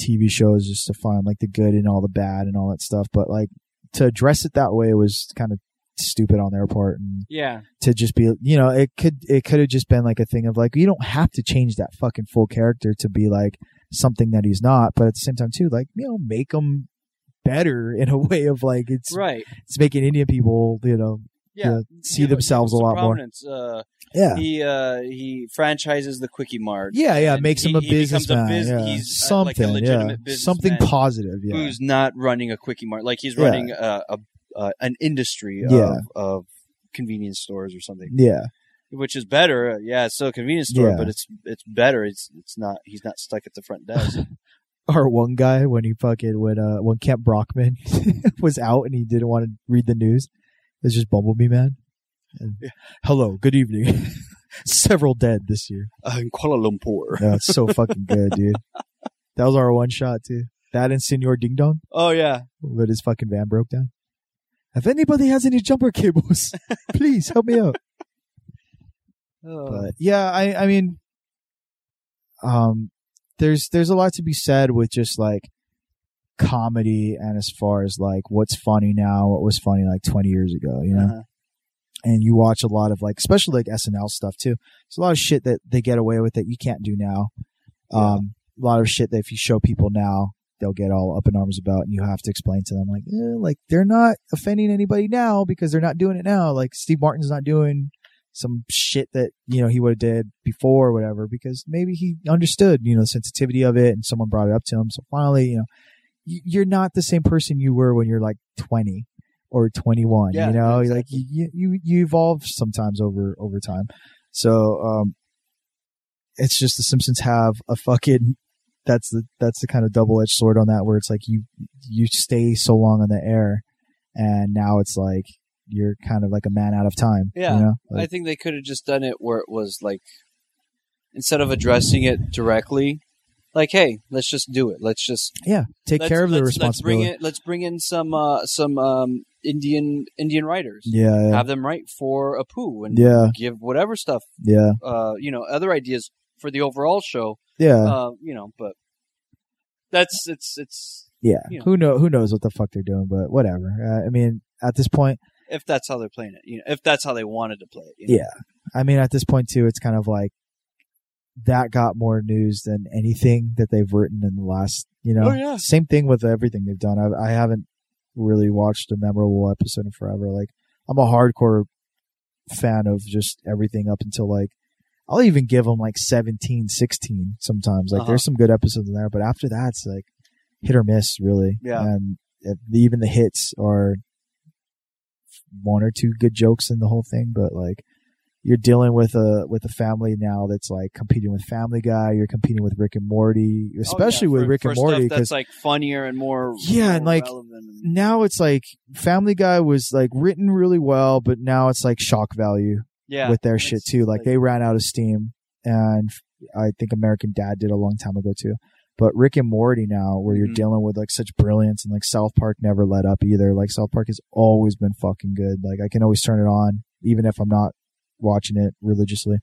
TV show is just to find like the good and all the bad and all that stuff. But like to address it that way was kind of stupid on their part and Yeah. to just be you know it could it could have just been like a thing of like you don't have to change that fucking full character to be like something that he's not but at the same time too like you know make him better in a way of like it's Right. it's making indian people you know Yeah. Yeah, see themselves a lot more. more. Uh, yeah He uh, he franchises the Quickie Mart. yeah yeah and makes he- him a he becomes a businessman bus- yeah. he's, uh, like a something yeah legitimate something businessman positive yeah Who's not running a Quickie Mart? Like he's Yeah. running a, a, uh an industry Yeah. of, of convenience stores or something. yeah which is better. Uh, Yeah, it's still a convenience store, Yeah. but it's it's better. It's it's not. He's not stuck at the front desk. or one guy when he fucking when uh when Kent Brockman was out and he didn't want to read the news. It's just Bumblebee Man. And, Hello, good evening. Several dead this year. uh, in Kuala Lumpur. No, it's so fucking good, dude. That was our one shot too. That and Senor Ding Dong, Oh yeah, but his fucking van broke down. If anybody has any jumper cables, please help me out. Oh. But yeah, I I mean, um, there's there's a lot to be said with just like comedy and as far as like what's funny now, what was funny like 20 years ago, you know. Uh-huh. And you watch a lot of like, especially like SNL stuff too. There's a lot of shit that they get away with that you can't do now. Um, a lot of shit that if you show people now, they'll get all up in arms about, and you have to explain to them like, eh, like they're not offending anybody now because they're not doing it now. Like Steve Martin's not doing some shit that you know he would have did before or whatever because maybe he understood you know the sensitivity of it and someone brought it up to him so finally you know y- you're not the same person you were when you're like 20 or 21 Yeah, you know exactly. like you, you- you you evolve sometimes over over time so um it's just the simpsons have a fucking that's the that's the kind of double-edged sword on that where it's like you you stay so long on the air and now it's like you're kind of like a man out of time Yeah. you know? I Like, think they could have just done it where it was like, instead of addressing it directly, like, hey, let's just do it. Let's just yeah take let's- care of the let's- Let's bring responsibility it. Let's bring in some uh, some um, Indian Indian writers. yeah yeah Have them write for a poo and yeah give whatever stuff, yeah uh, you know, other ideas for the overall show. yeah Uh, you know, but that's it's it's yeah you know. who know who knows what the fuck they're doing but whatever uh, i mean at this point if that's how they're playing it. You know, if that's how they wanted to play it. You know? yeah i mean at this point too it's kind of like that got more news than anything that they've written in the last, you know. Oh, yeah. Same thing with everything they've done. I, I haven't really watched a memorable episode in forever. Like, I'm a hardcore fan of just everything up until like, I'll even give them like 17, 16 sometimes. Like, Uh-huh. there's some good episodes in there, but after that, it's like hit or miss, really. Yeah. And if, even the hits are one or two good jokes in the whole thing, but like, you're dealing with a with a family now that's like competing with Family Guy. You're competing with Rick and Morty, especially Oh, with Rick and Morty, because that's like funnier and more Yeah, more and, like, relevant and- now it's like Family Guy was like written really well, but now it's like shock value yeah with their it's- shit too. Like they ran out of steam, and I think American Dad did a long time ago too. But Rick and Morty now, where you're Mhm. dealing with like such brilliance, and like South Park never let up either. Like South Park has always been fucking good. Like I can always turn it on, even if I'm not watching it religiously,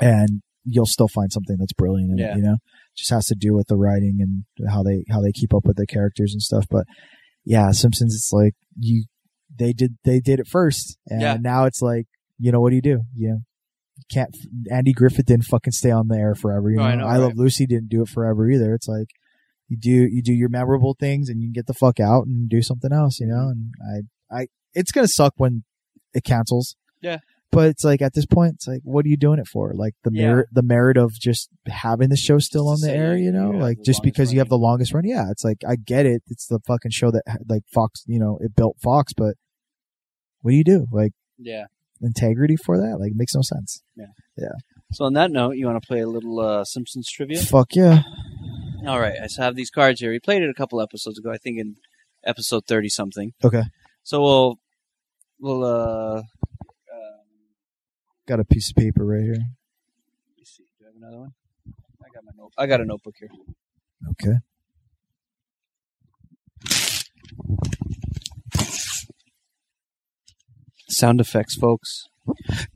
and you'll still find something that's brilliant. In Yeah. it, you know, just has to do with the writing and how they how they keep up with the characters and stuff. But yeah, Simpsons, it's like you they did they did it first, and Yeah. now it's like you know what do you do? You know, you can't. Andy Griffith didn't fucking stay on the air forever. You know, Oh, I I, know, right. Love Lucy didn't do it forever either. It's like you do you do your memorable things and you can get the fuck out and do something else. You know, Mm-hmm. and I I it's gonna suck when it cancels. Yeah. But it's like at this point, it's like, what are you doing it for? Like the Yeah. merit, the merit of just having the show still on Just to the say air, you know, you have like the just longest because you have the running. longest run. Yeah, it's like I get it. It's the fucking show that like Fox, you know, it built Fox, but what do you do? Like yeah integrity for that? Like makes no sense. so on that note you want to play a little uh, simpsons trivia Fuck yeah. all right i s- have these cards here we played it a couple episodes ago i think in episode 30 something Okay. so we'll we'll uh um, Got a piece of paper right here. let me see do i have another one i got my note i got a notebook here Okay. sound effects folks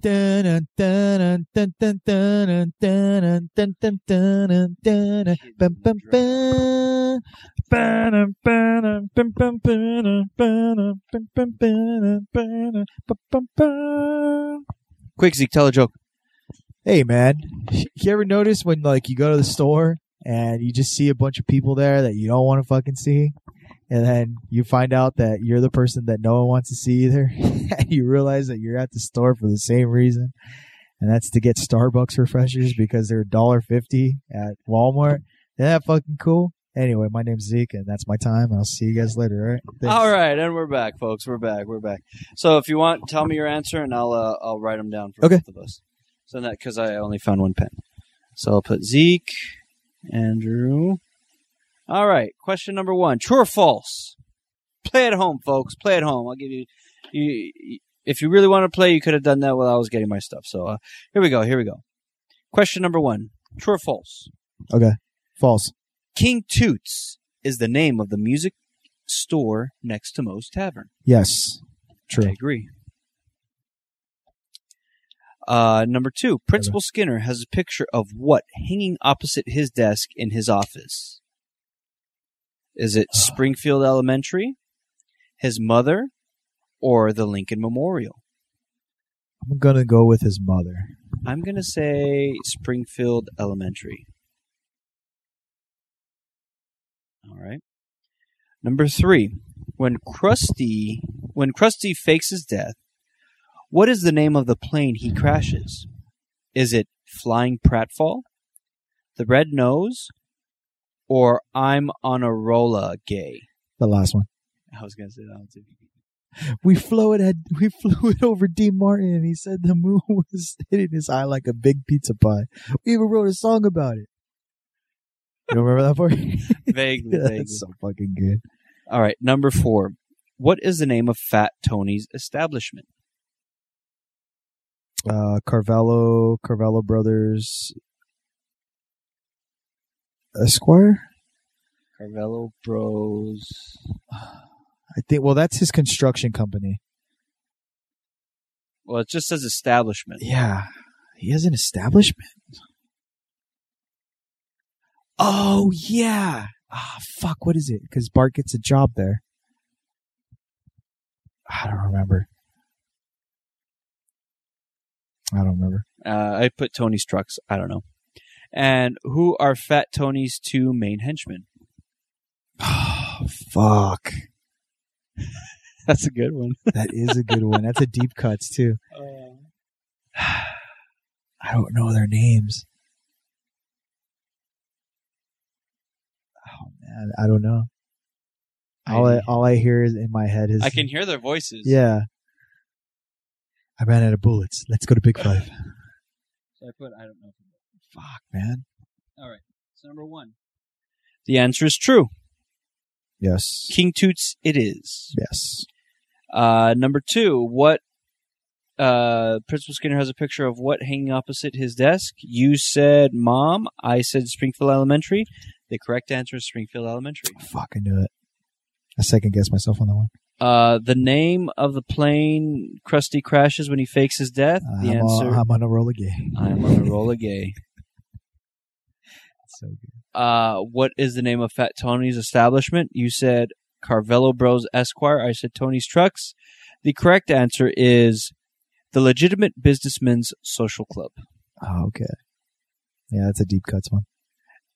Dun, dun, dun, dun, dun, dun, dun, dun, dun, dun, dun, dun. Bum, bum, bum. Ba-dum, ba-dum, bum, bum, ba-dum, ba-dum, bum, bum, ba-dum, ba-dum, bum, bum, bum. quick zeke tell a joke Hey man, you ever notice when like you go to the store and you just see a bunch of people there that you don't want to fucking see, and then you find out that you're the person that no one wants to see either, and you realize that you're at the store for the same reason, and that's to get Starbucks refreshers because they're $1.50 at Walmart. Isn't that fucking cool? Anyway, my name's Zeke, and that's my time. I'll see you guys later. All right. Thanks. All right, and we're back, folks. We're back. We're back. So if you want, tell me your answer, and I'll uh, I'll write them down for Okay. both of us. So that because I only found one pen, so I'll put Zeke, Andrew. All right, question number one: True or false? Play at home, folks. Play at home. I'll give you. you you- if you really want to play, you could have done that while I was getting my stuff. So uh, here we go. Here we go. Question number one: True or false? False. King Toots is the name of the music store next to Moe's Tavern. Yes. True. I agree. Uh, number two, Principal Skinner has a picture of what hanging opposite his desk in his office? Is it Springfield Elementary, his mother, or the Lincoln Memorial? I'm gonna go with his mother. I'm going to say Springfield Elementary. All right. Number three, when Krusty when Krusty fakes his death, what is the name of the plane he crashes? Is it Flying Pratfall, The Red Nose, or I'm on a Rolla Gay? The last one. I was gonna say that one too. we flew it at, we flew it over D Martin and he said the moon was hitting his eye like a big pizza pie. We even wrote a song about it. You don't remember that part? Vaguely, vaguely. That's so fucking good. All right, number four. What is the name of Fat Tony's establishment? Uh, Carvello, Carvello Brothers Esquire? Carvello Bros. I think, well, that's his construction company. Well, it just says establishment. Yeah. He has an establishment. Oh, yeah. Ah, fuck. What is it? Because Bart gets a job there. I don't remember. I don't remember. Uh, I put Tony's trucks. I don't know. And who are Fat Tony's two main henchmen? Fuck. That's a good one. That is a good one. That's a deep cuts too. Uh, I don't know their names. Oh man, I don't know. All I, I- all I hear is in my head is I can hear their voices. Yeah. I ran out of bullets. Let's go to Big Five. So I put I don't know. Fuck, man. So number one. The answer is true. Yes. King Toots it is. Yes. Uh, number two, what uh, Principal Skinner has a picture of what hanging opposite his desk? You said mom. I said Springfield Elementary. The correct answer is Springfield Elementary. Fuck, I knew it. I second guessed myself on that one. Uh, the name of the plane Krusty crashes when he fakes his death. The I'm, on- answer. I'm on a roll again. I'm on a roll of gay. So good. Uh, what is the name of Fat Tony's establishment? You said Carvello Bros Esquire. I said Tony's Trucks. The correct answer is the Legitimate Businessmen's Social Club. Oh, okay. Yeah, that's a deep cuts one.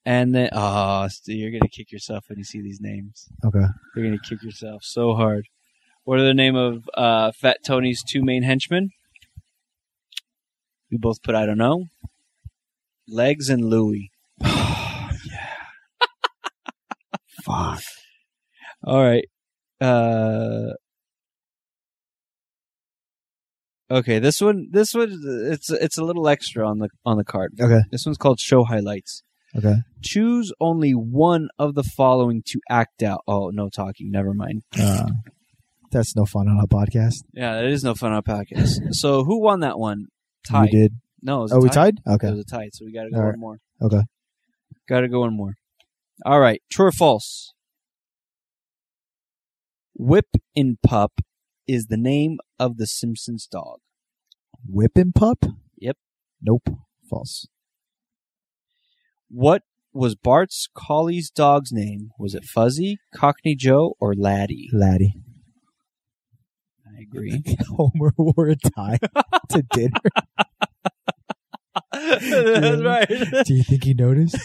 And then, oh, Stu, you're gonna kick yourself when you see these names. Okay. You're gonna kick yourself so hard. What are the name of uh, Fat Tony's two main henchmen? We both put I don't know. Legs and Louie. Fuck. All right. Uh, okay, this one, this one, it's it's a little extra on the on the card. Okay. This one's called show highlights. Okay. Choose only one of the following to act out. Oh, no talking. Never mind. Uh, that's no fun on a podcast. Yeah, that is no fun on podcast. so who won that one? We Tied. did. No, it was a Oh, we tie. tied? It Okay. was a tie, so we got to go All one right. more. Okay. Got to go one more. All right, true or false? Whip in Pup is the name of the Simpsons dog. Whipping pup? Yep. Nope. False. What was Bart's collie's dog's name? Was it Fuzzy, Cockney Joe, or Laddie? Laddie. I agree. Homer wore a tie to dinner. That's right. Do you think he noticed?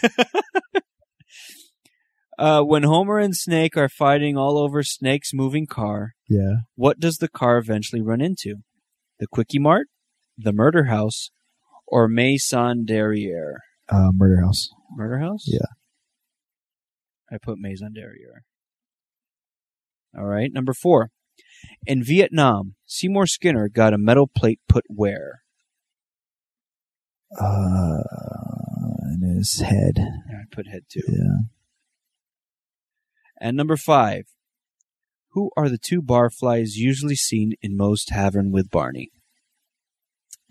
Uh, when Homer and Snake are fighting all over Snake's moving car, Yeah. what does the car eventually run into? The Quickie Mart, the Murder House, or Maison Derriere? Uh, murder house. Murder House? Yeah. I put Maison Derriere. All right, number four. In Vietnam, Seymour Skinner got a metal plate put where? Uh, in his head. And I put head two. Yeah. And number five. Who are the two barflies usually seen in most tavern with Barney?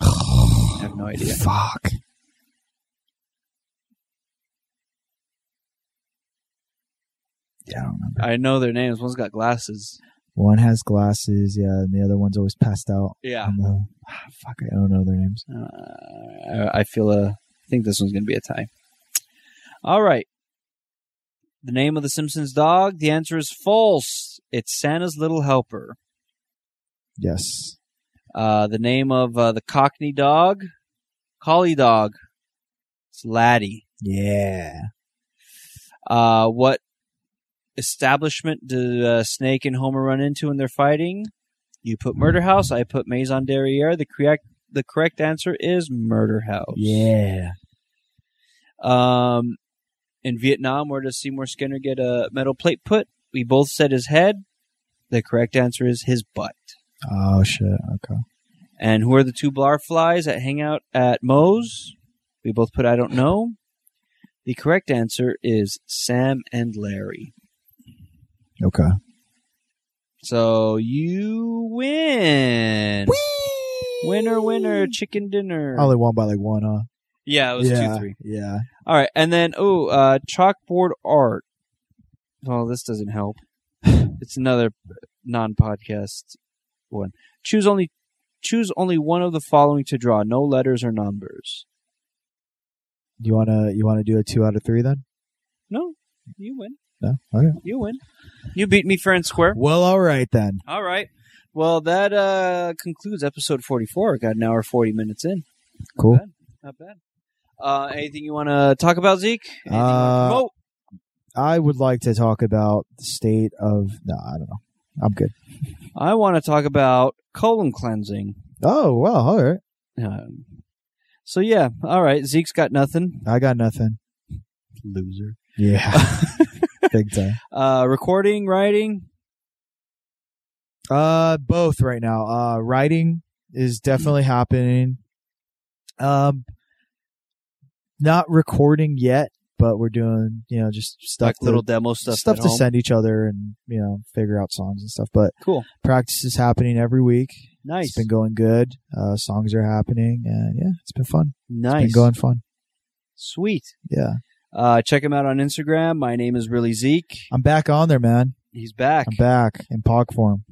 I have no idea. Fuck. Yeah, I don't remember. I know their names. One's got glasses. One has glasses, yeah, and the other one's always passed out. Yeah. on the- Ah, fuck, I don't know their names. Uh, I- I feel a. I think this one's going to be a tie. All right. The name of the Simpsons dog. The answer is false. It's Santa's Little Helper. Yes. Uh, the name of uh, the Cockney dog, Collie dog. It's Laddie. Yeah. Uh, what establishment did uh, Snake and Homer run into when they're fighting? You put Murder House. I put Maison Derriere. The correct the correct answer is Murder House. Yeah. Um, in Vietnam, where does Seymour Skinner get a metal plate put? We both said his head. The correct answer is his butt. Oh, shit. Okay. And who are the two barflies that hang out at Moe's? We both put I don't know. The correct answer is Sam and Larry. Okay. So you win. Winner, winner, chicken dinner. Only one by like one, huh? yeah, it was Oh, yeah. two three. Yeah. All right, and then oh, uh, chalkboard art. Well, this doesn't help. it's another non-podcast one. Choose only choose only one of the following to draw. No letters or numbers. You wanna you wanna do a two out of three then? No, you win. No. Okay. You win. You beat me fair and square. Well, all right then. All right. Well, that uh, concludes episode forty-four. Got an hour forty minutes in. Cool. Not bad. Uh, anything you want to talk about, Zeke? Anything you wanna Uh, promote? I would like to talk about the state of. No, I don't know. I'm good. I want to talk about colon cleansing. Oh well, all right. Um, so yeah, all right. Zeke's got nothing. I got nothing. Loser. Yeah, big time. Uh, recording, writing. Uh, both right now. Uh, writing is Hmm. definitely happening. Um, not recording yet, but we're doing you know just stuff like little to- demo stuff. stuff at to home. send each other and you know figure out songs and stuff. But Cool. practice is happening every week. Nice. It's been going good. Uh, songs are happening, and yeah, it's been fun. nice. Been going fun. Sweet. Yeah, Uh, check him out on Instagram. My name is really Zeke. I'm back on there, man. He's back. I'm back in pog form.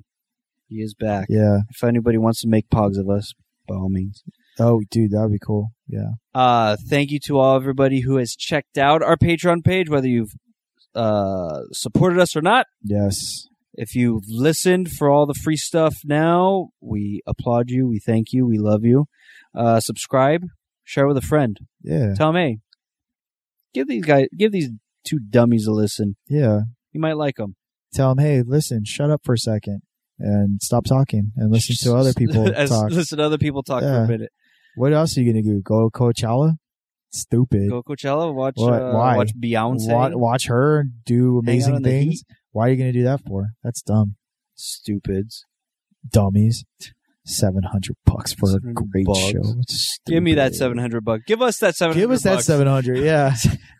He is back. Yeah. If anybody wants to make pogs of us, by all means. Oh, dude, that'd be cool. Yeah. Uh, thank you to all everybody who has checked out our Patreon page, whether you've uh, supported us or not. Yes. If you've listened for all the free stuff now, we applaud you. We thank you. We love you. Uh, subscribe, share with a friend. Yeah. Tell 'em, hey, give these guys, give these two dummies a listen. Yeah. You might like them. Tell them, hey, listen, shut up for a second and stop talking and listen to other people talk. Listen to other people talk for Yeah. a minute. What else are you gonna do? Go to Coachella? Stupid. Go Coachella, watch What? uh, Why? watch Beyonce. Watch, watch her do Hang out amazing in the things. heat. Why are you gonna do that for? That's dumb. Stupids. Dummies. Seven hundred bucks for a 700 great bucks. show. Give me that Stupid. seven hundred buck. Give us that seven hundred. Give us that seven hundred. Yeah.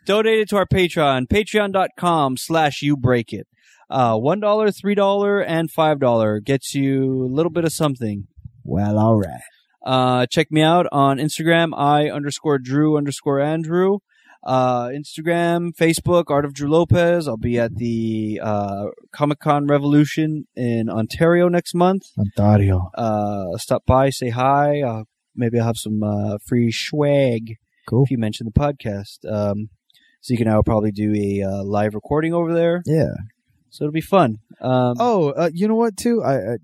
donate it to our patreon patreon.com slash you break it uh, one dollar three dollar and five dollar gets you a little bit of something well, all right. uh, check me out on instagram i underscore drew underscore andrew uh, instagram facebook art of drew lopez i'll be at the uh, comic-con revolution in ontario next month Ontario. uh, stop by say hi uh, maybe i'll have some uh, free swag Cool. if you mention the podcast. Um, Zeke and I will probably do a uh, live recording over there, Yeah. so it'll be fun. Um, Oh, uh, you know what? Too, I, I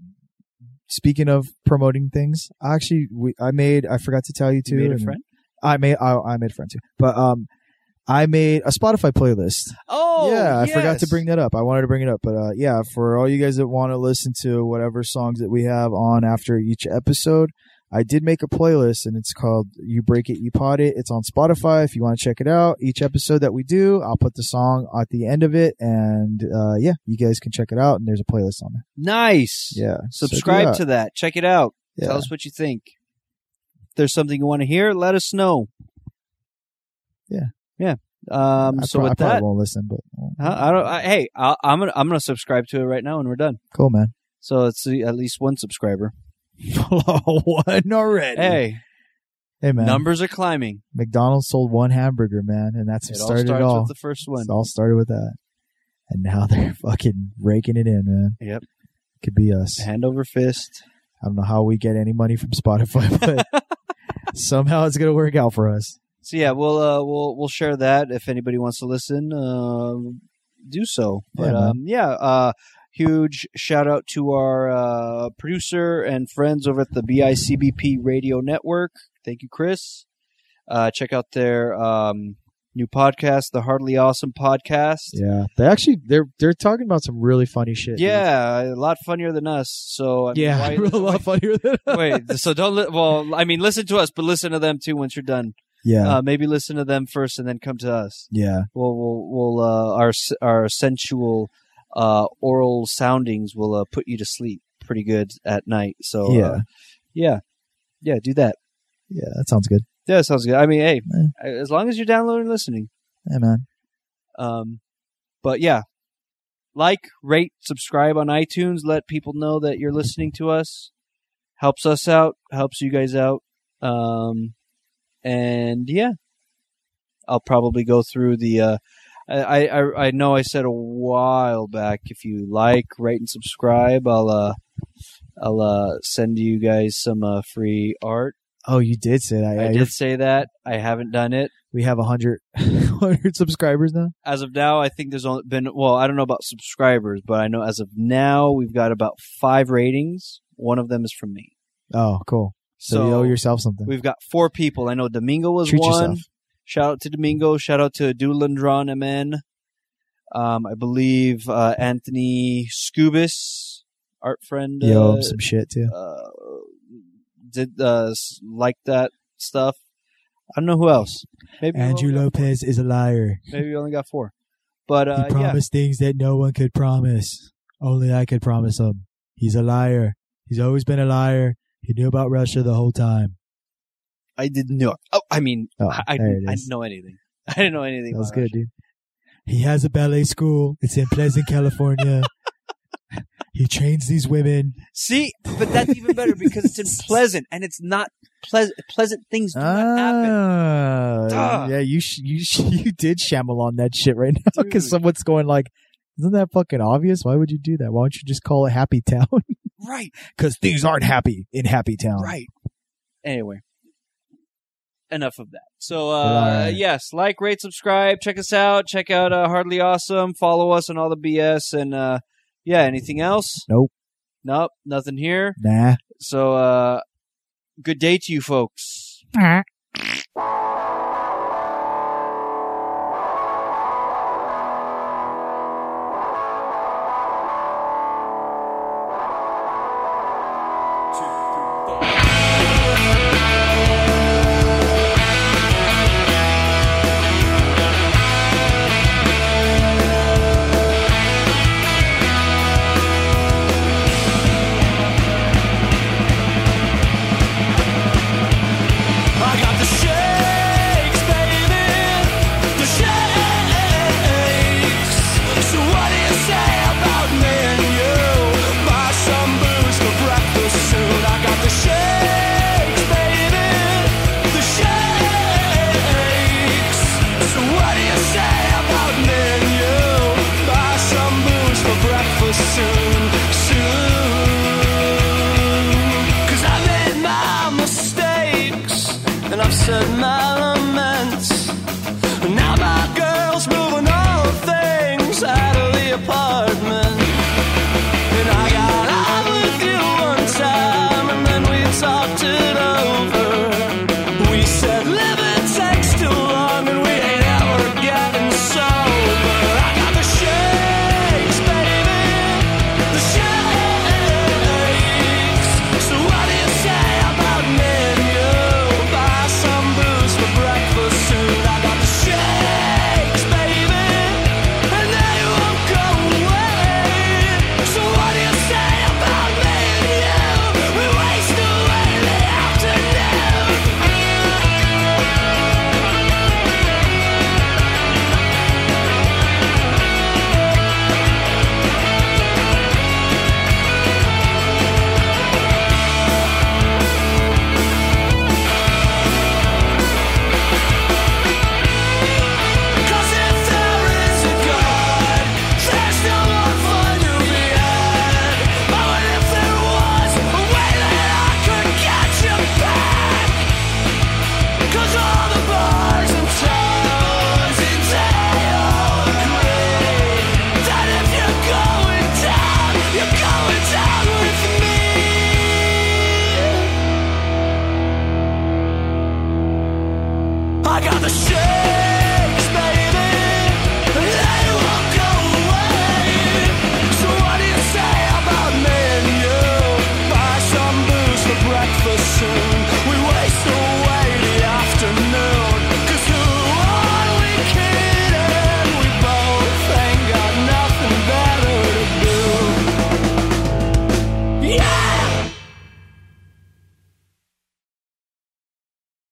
speaking of promoting things, I actually we, I made I forgot to tell you too. you made a and friend? I made I, I made a friend too, but um, I made a Spotify playlist. Oh, yeah, I forgot to yes. bring that up. I wanted to bring it up, but uh, yeah, for all you guys that want to listen to whatever songs that we have on after each episode. I did make a playlist and it's called You Break It, You Pod It. It's on Spotify if you want to check it out. Each episode that we do, I'll put the song at the end of it. And uh, yeah, you guys can check it out and there's a playlist on there. Nice. Yeah. Subscribe to that. Check it out. Yeah. Tell us what you think. If there's something you want to hear, let us know. Yeah. Yeah. Um, I so prob- I with probably that, won't listen, but huh? I don't. I, hey, I, I'm gonna I'm gonna subscribe to it right now, and we're done. cool, man. So it's the- at least one subscriber. one already. Hey, Hey, man. numbers are climbing. McDonald's sold one hamburger, man, and that's It what all started starts it all. with the first one. It all started with that, and now they're fucking raking it in, man. Yep. Could be us. Hand over fist. I don't know how we get any money from Spotify, but somehow it's gonna work out for us. So yeah, we'll uh, we'll we'll share that if anybody wants to listen, uh, do so. But Yeah, man. um, yeah, uh, huge shout out to our uh, producer and friends over at the BICBP Radio Network. Thank you, Chris. Uh, check out their um, new podcast, the Hardly Awesome Podcast. Yeah, they actually they're they're talking about some really funny shit. dude. Yeah, a lot funnier than us. So I mean, yeah, why- a lot funnier than wait. So don't. Li- well, I mean, listen to us, but listen to them too once you're done. yeah, Uh, maybe listen to them first and then come to us. yeah, we'll, we'll, we'll uh, our s- our sensual uh, oral soundings will uh, put you to sleep pretty good at night. So yeah, uh, yeah, yeah, do that. yeah. That sounds good. Yeah, sounds good. I mean, hey, Yeah. as long as you're downloading and listening. Yeah, man. Um, but yeah, like, rate, subscribe on iTunes. Let people know that you're listening to us. Helps us out. Helps you guys out. Um, and yeah, I'll probably go through the. Uh, I, I I know I said a while back. If you like, rate, and subscribe, I'll uh, I'll uh, send you guys some uh, free art. Oh, you did say that. Yeah, I you're did say that. I haven't done it. we have 100, 100 subscribers now. as of now, I think there's only been well, I don't know about subscribers, but I know as of now we've got about five ratings. One of them is from me. Oh, cool. So, So you owe yourself something. we've got four people. I know Domingo was Treat one. yourself. Shout out to Domingo. Shout out to Dulandron MN. Um, I believe uh, Anthony Scubis, art friend. Yo, uh, some shit too. uh, did uh, s- like that stuff. I don't know who else. Maybe we Andrew only got four. Lopez is a liar. Maybe we only got four. But uh, he yeah, promised things that no one could promise. Only I could promise him. He's a liar. He's always been a liar. He knew about Russia the whole time. I did not. Oh, I mean, Oh, I, I, I there it didn't is. know anything. I didn't know anything. That was about good, dude. He has a ballet school. It's in Pleasant, California. He trains these women. Russia. See, but that's even better because it's in Pleasant, and it's not pleasant. Pleasant things do not Ah. happen. Duh. yeah, you sh- you sh- you did Shyamalan that shit right now because Dude. someone's going like, "Isn't that fucking obvious? Why would you do that? Why don't you just call it Happy Town? Right, Because things aren't happy in Happy Town, right. Anyway, enough of that. So, uh, Liar. yes, like, rate, subscribe, check us out. Check out uh, Hardly Awesome. Follow us on all the BS, and uh, yeah, anything else? Nope. Nope, nothing here. Nah. So, uh, good day to you folks. I got the shakes, baby, the shakes. So what do you say about me and you? Buy some booze for breakfast soon. I got the shakes, baby, the shakes. So what do you say about me and you? Buy some booze for breakfast soon, soon. Cause I made my mistakes and I've said my laments. And now my girl's moving on with things out of the apartment.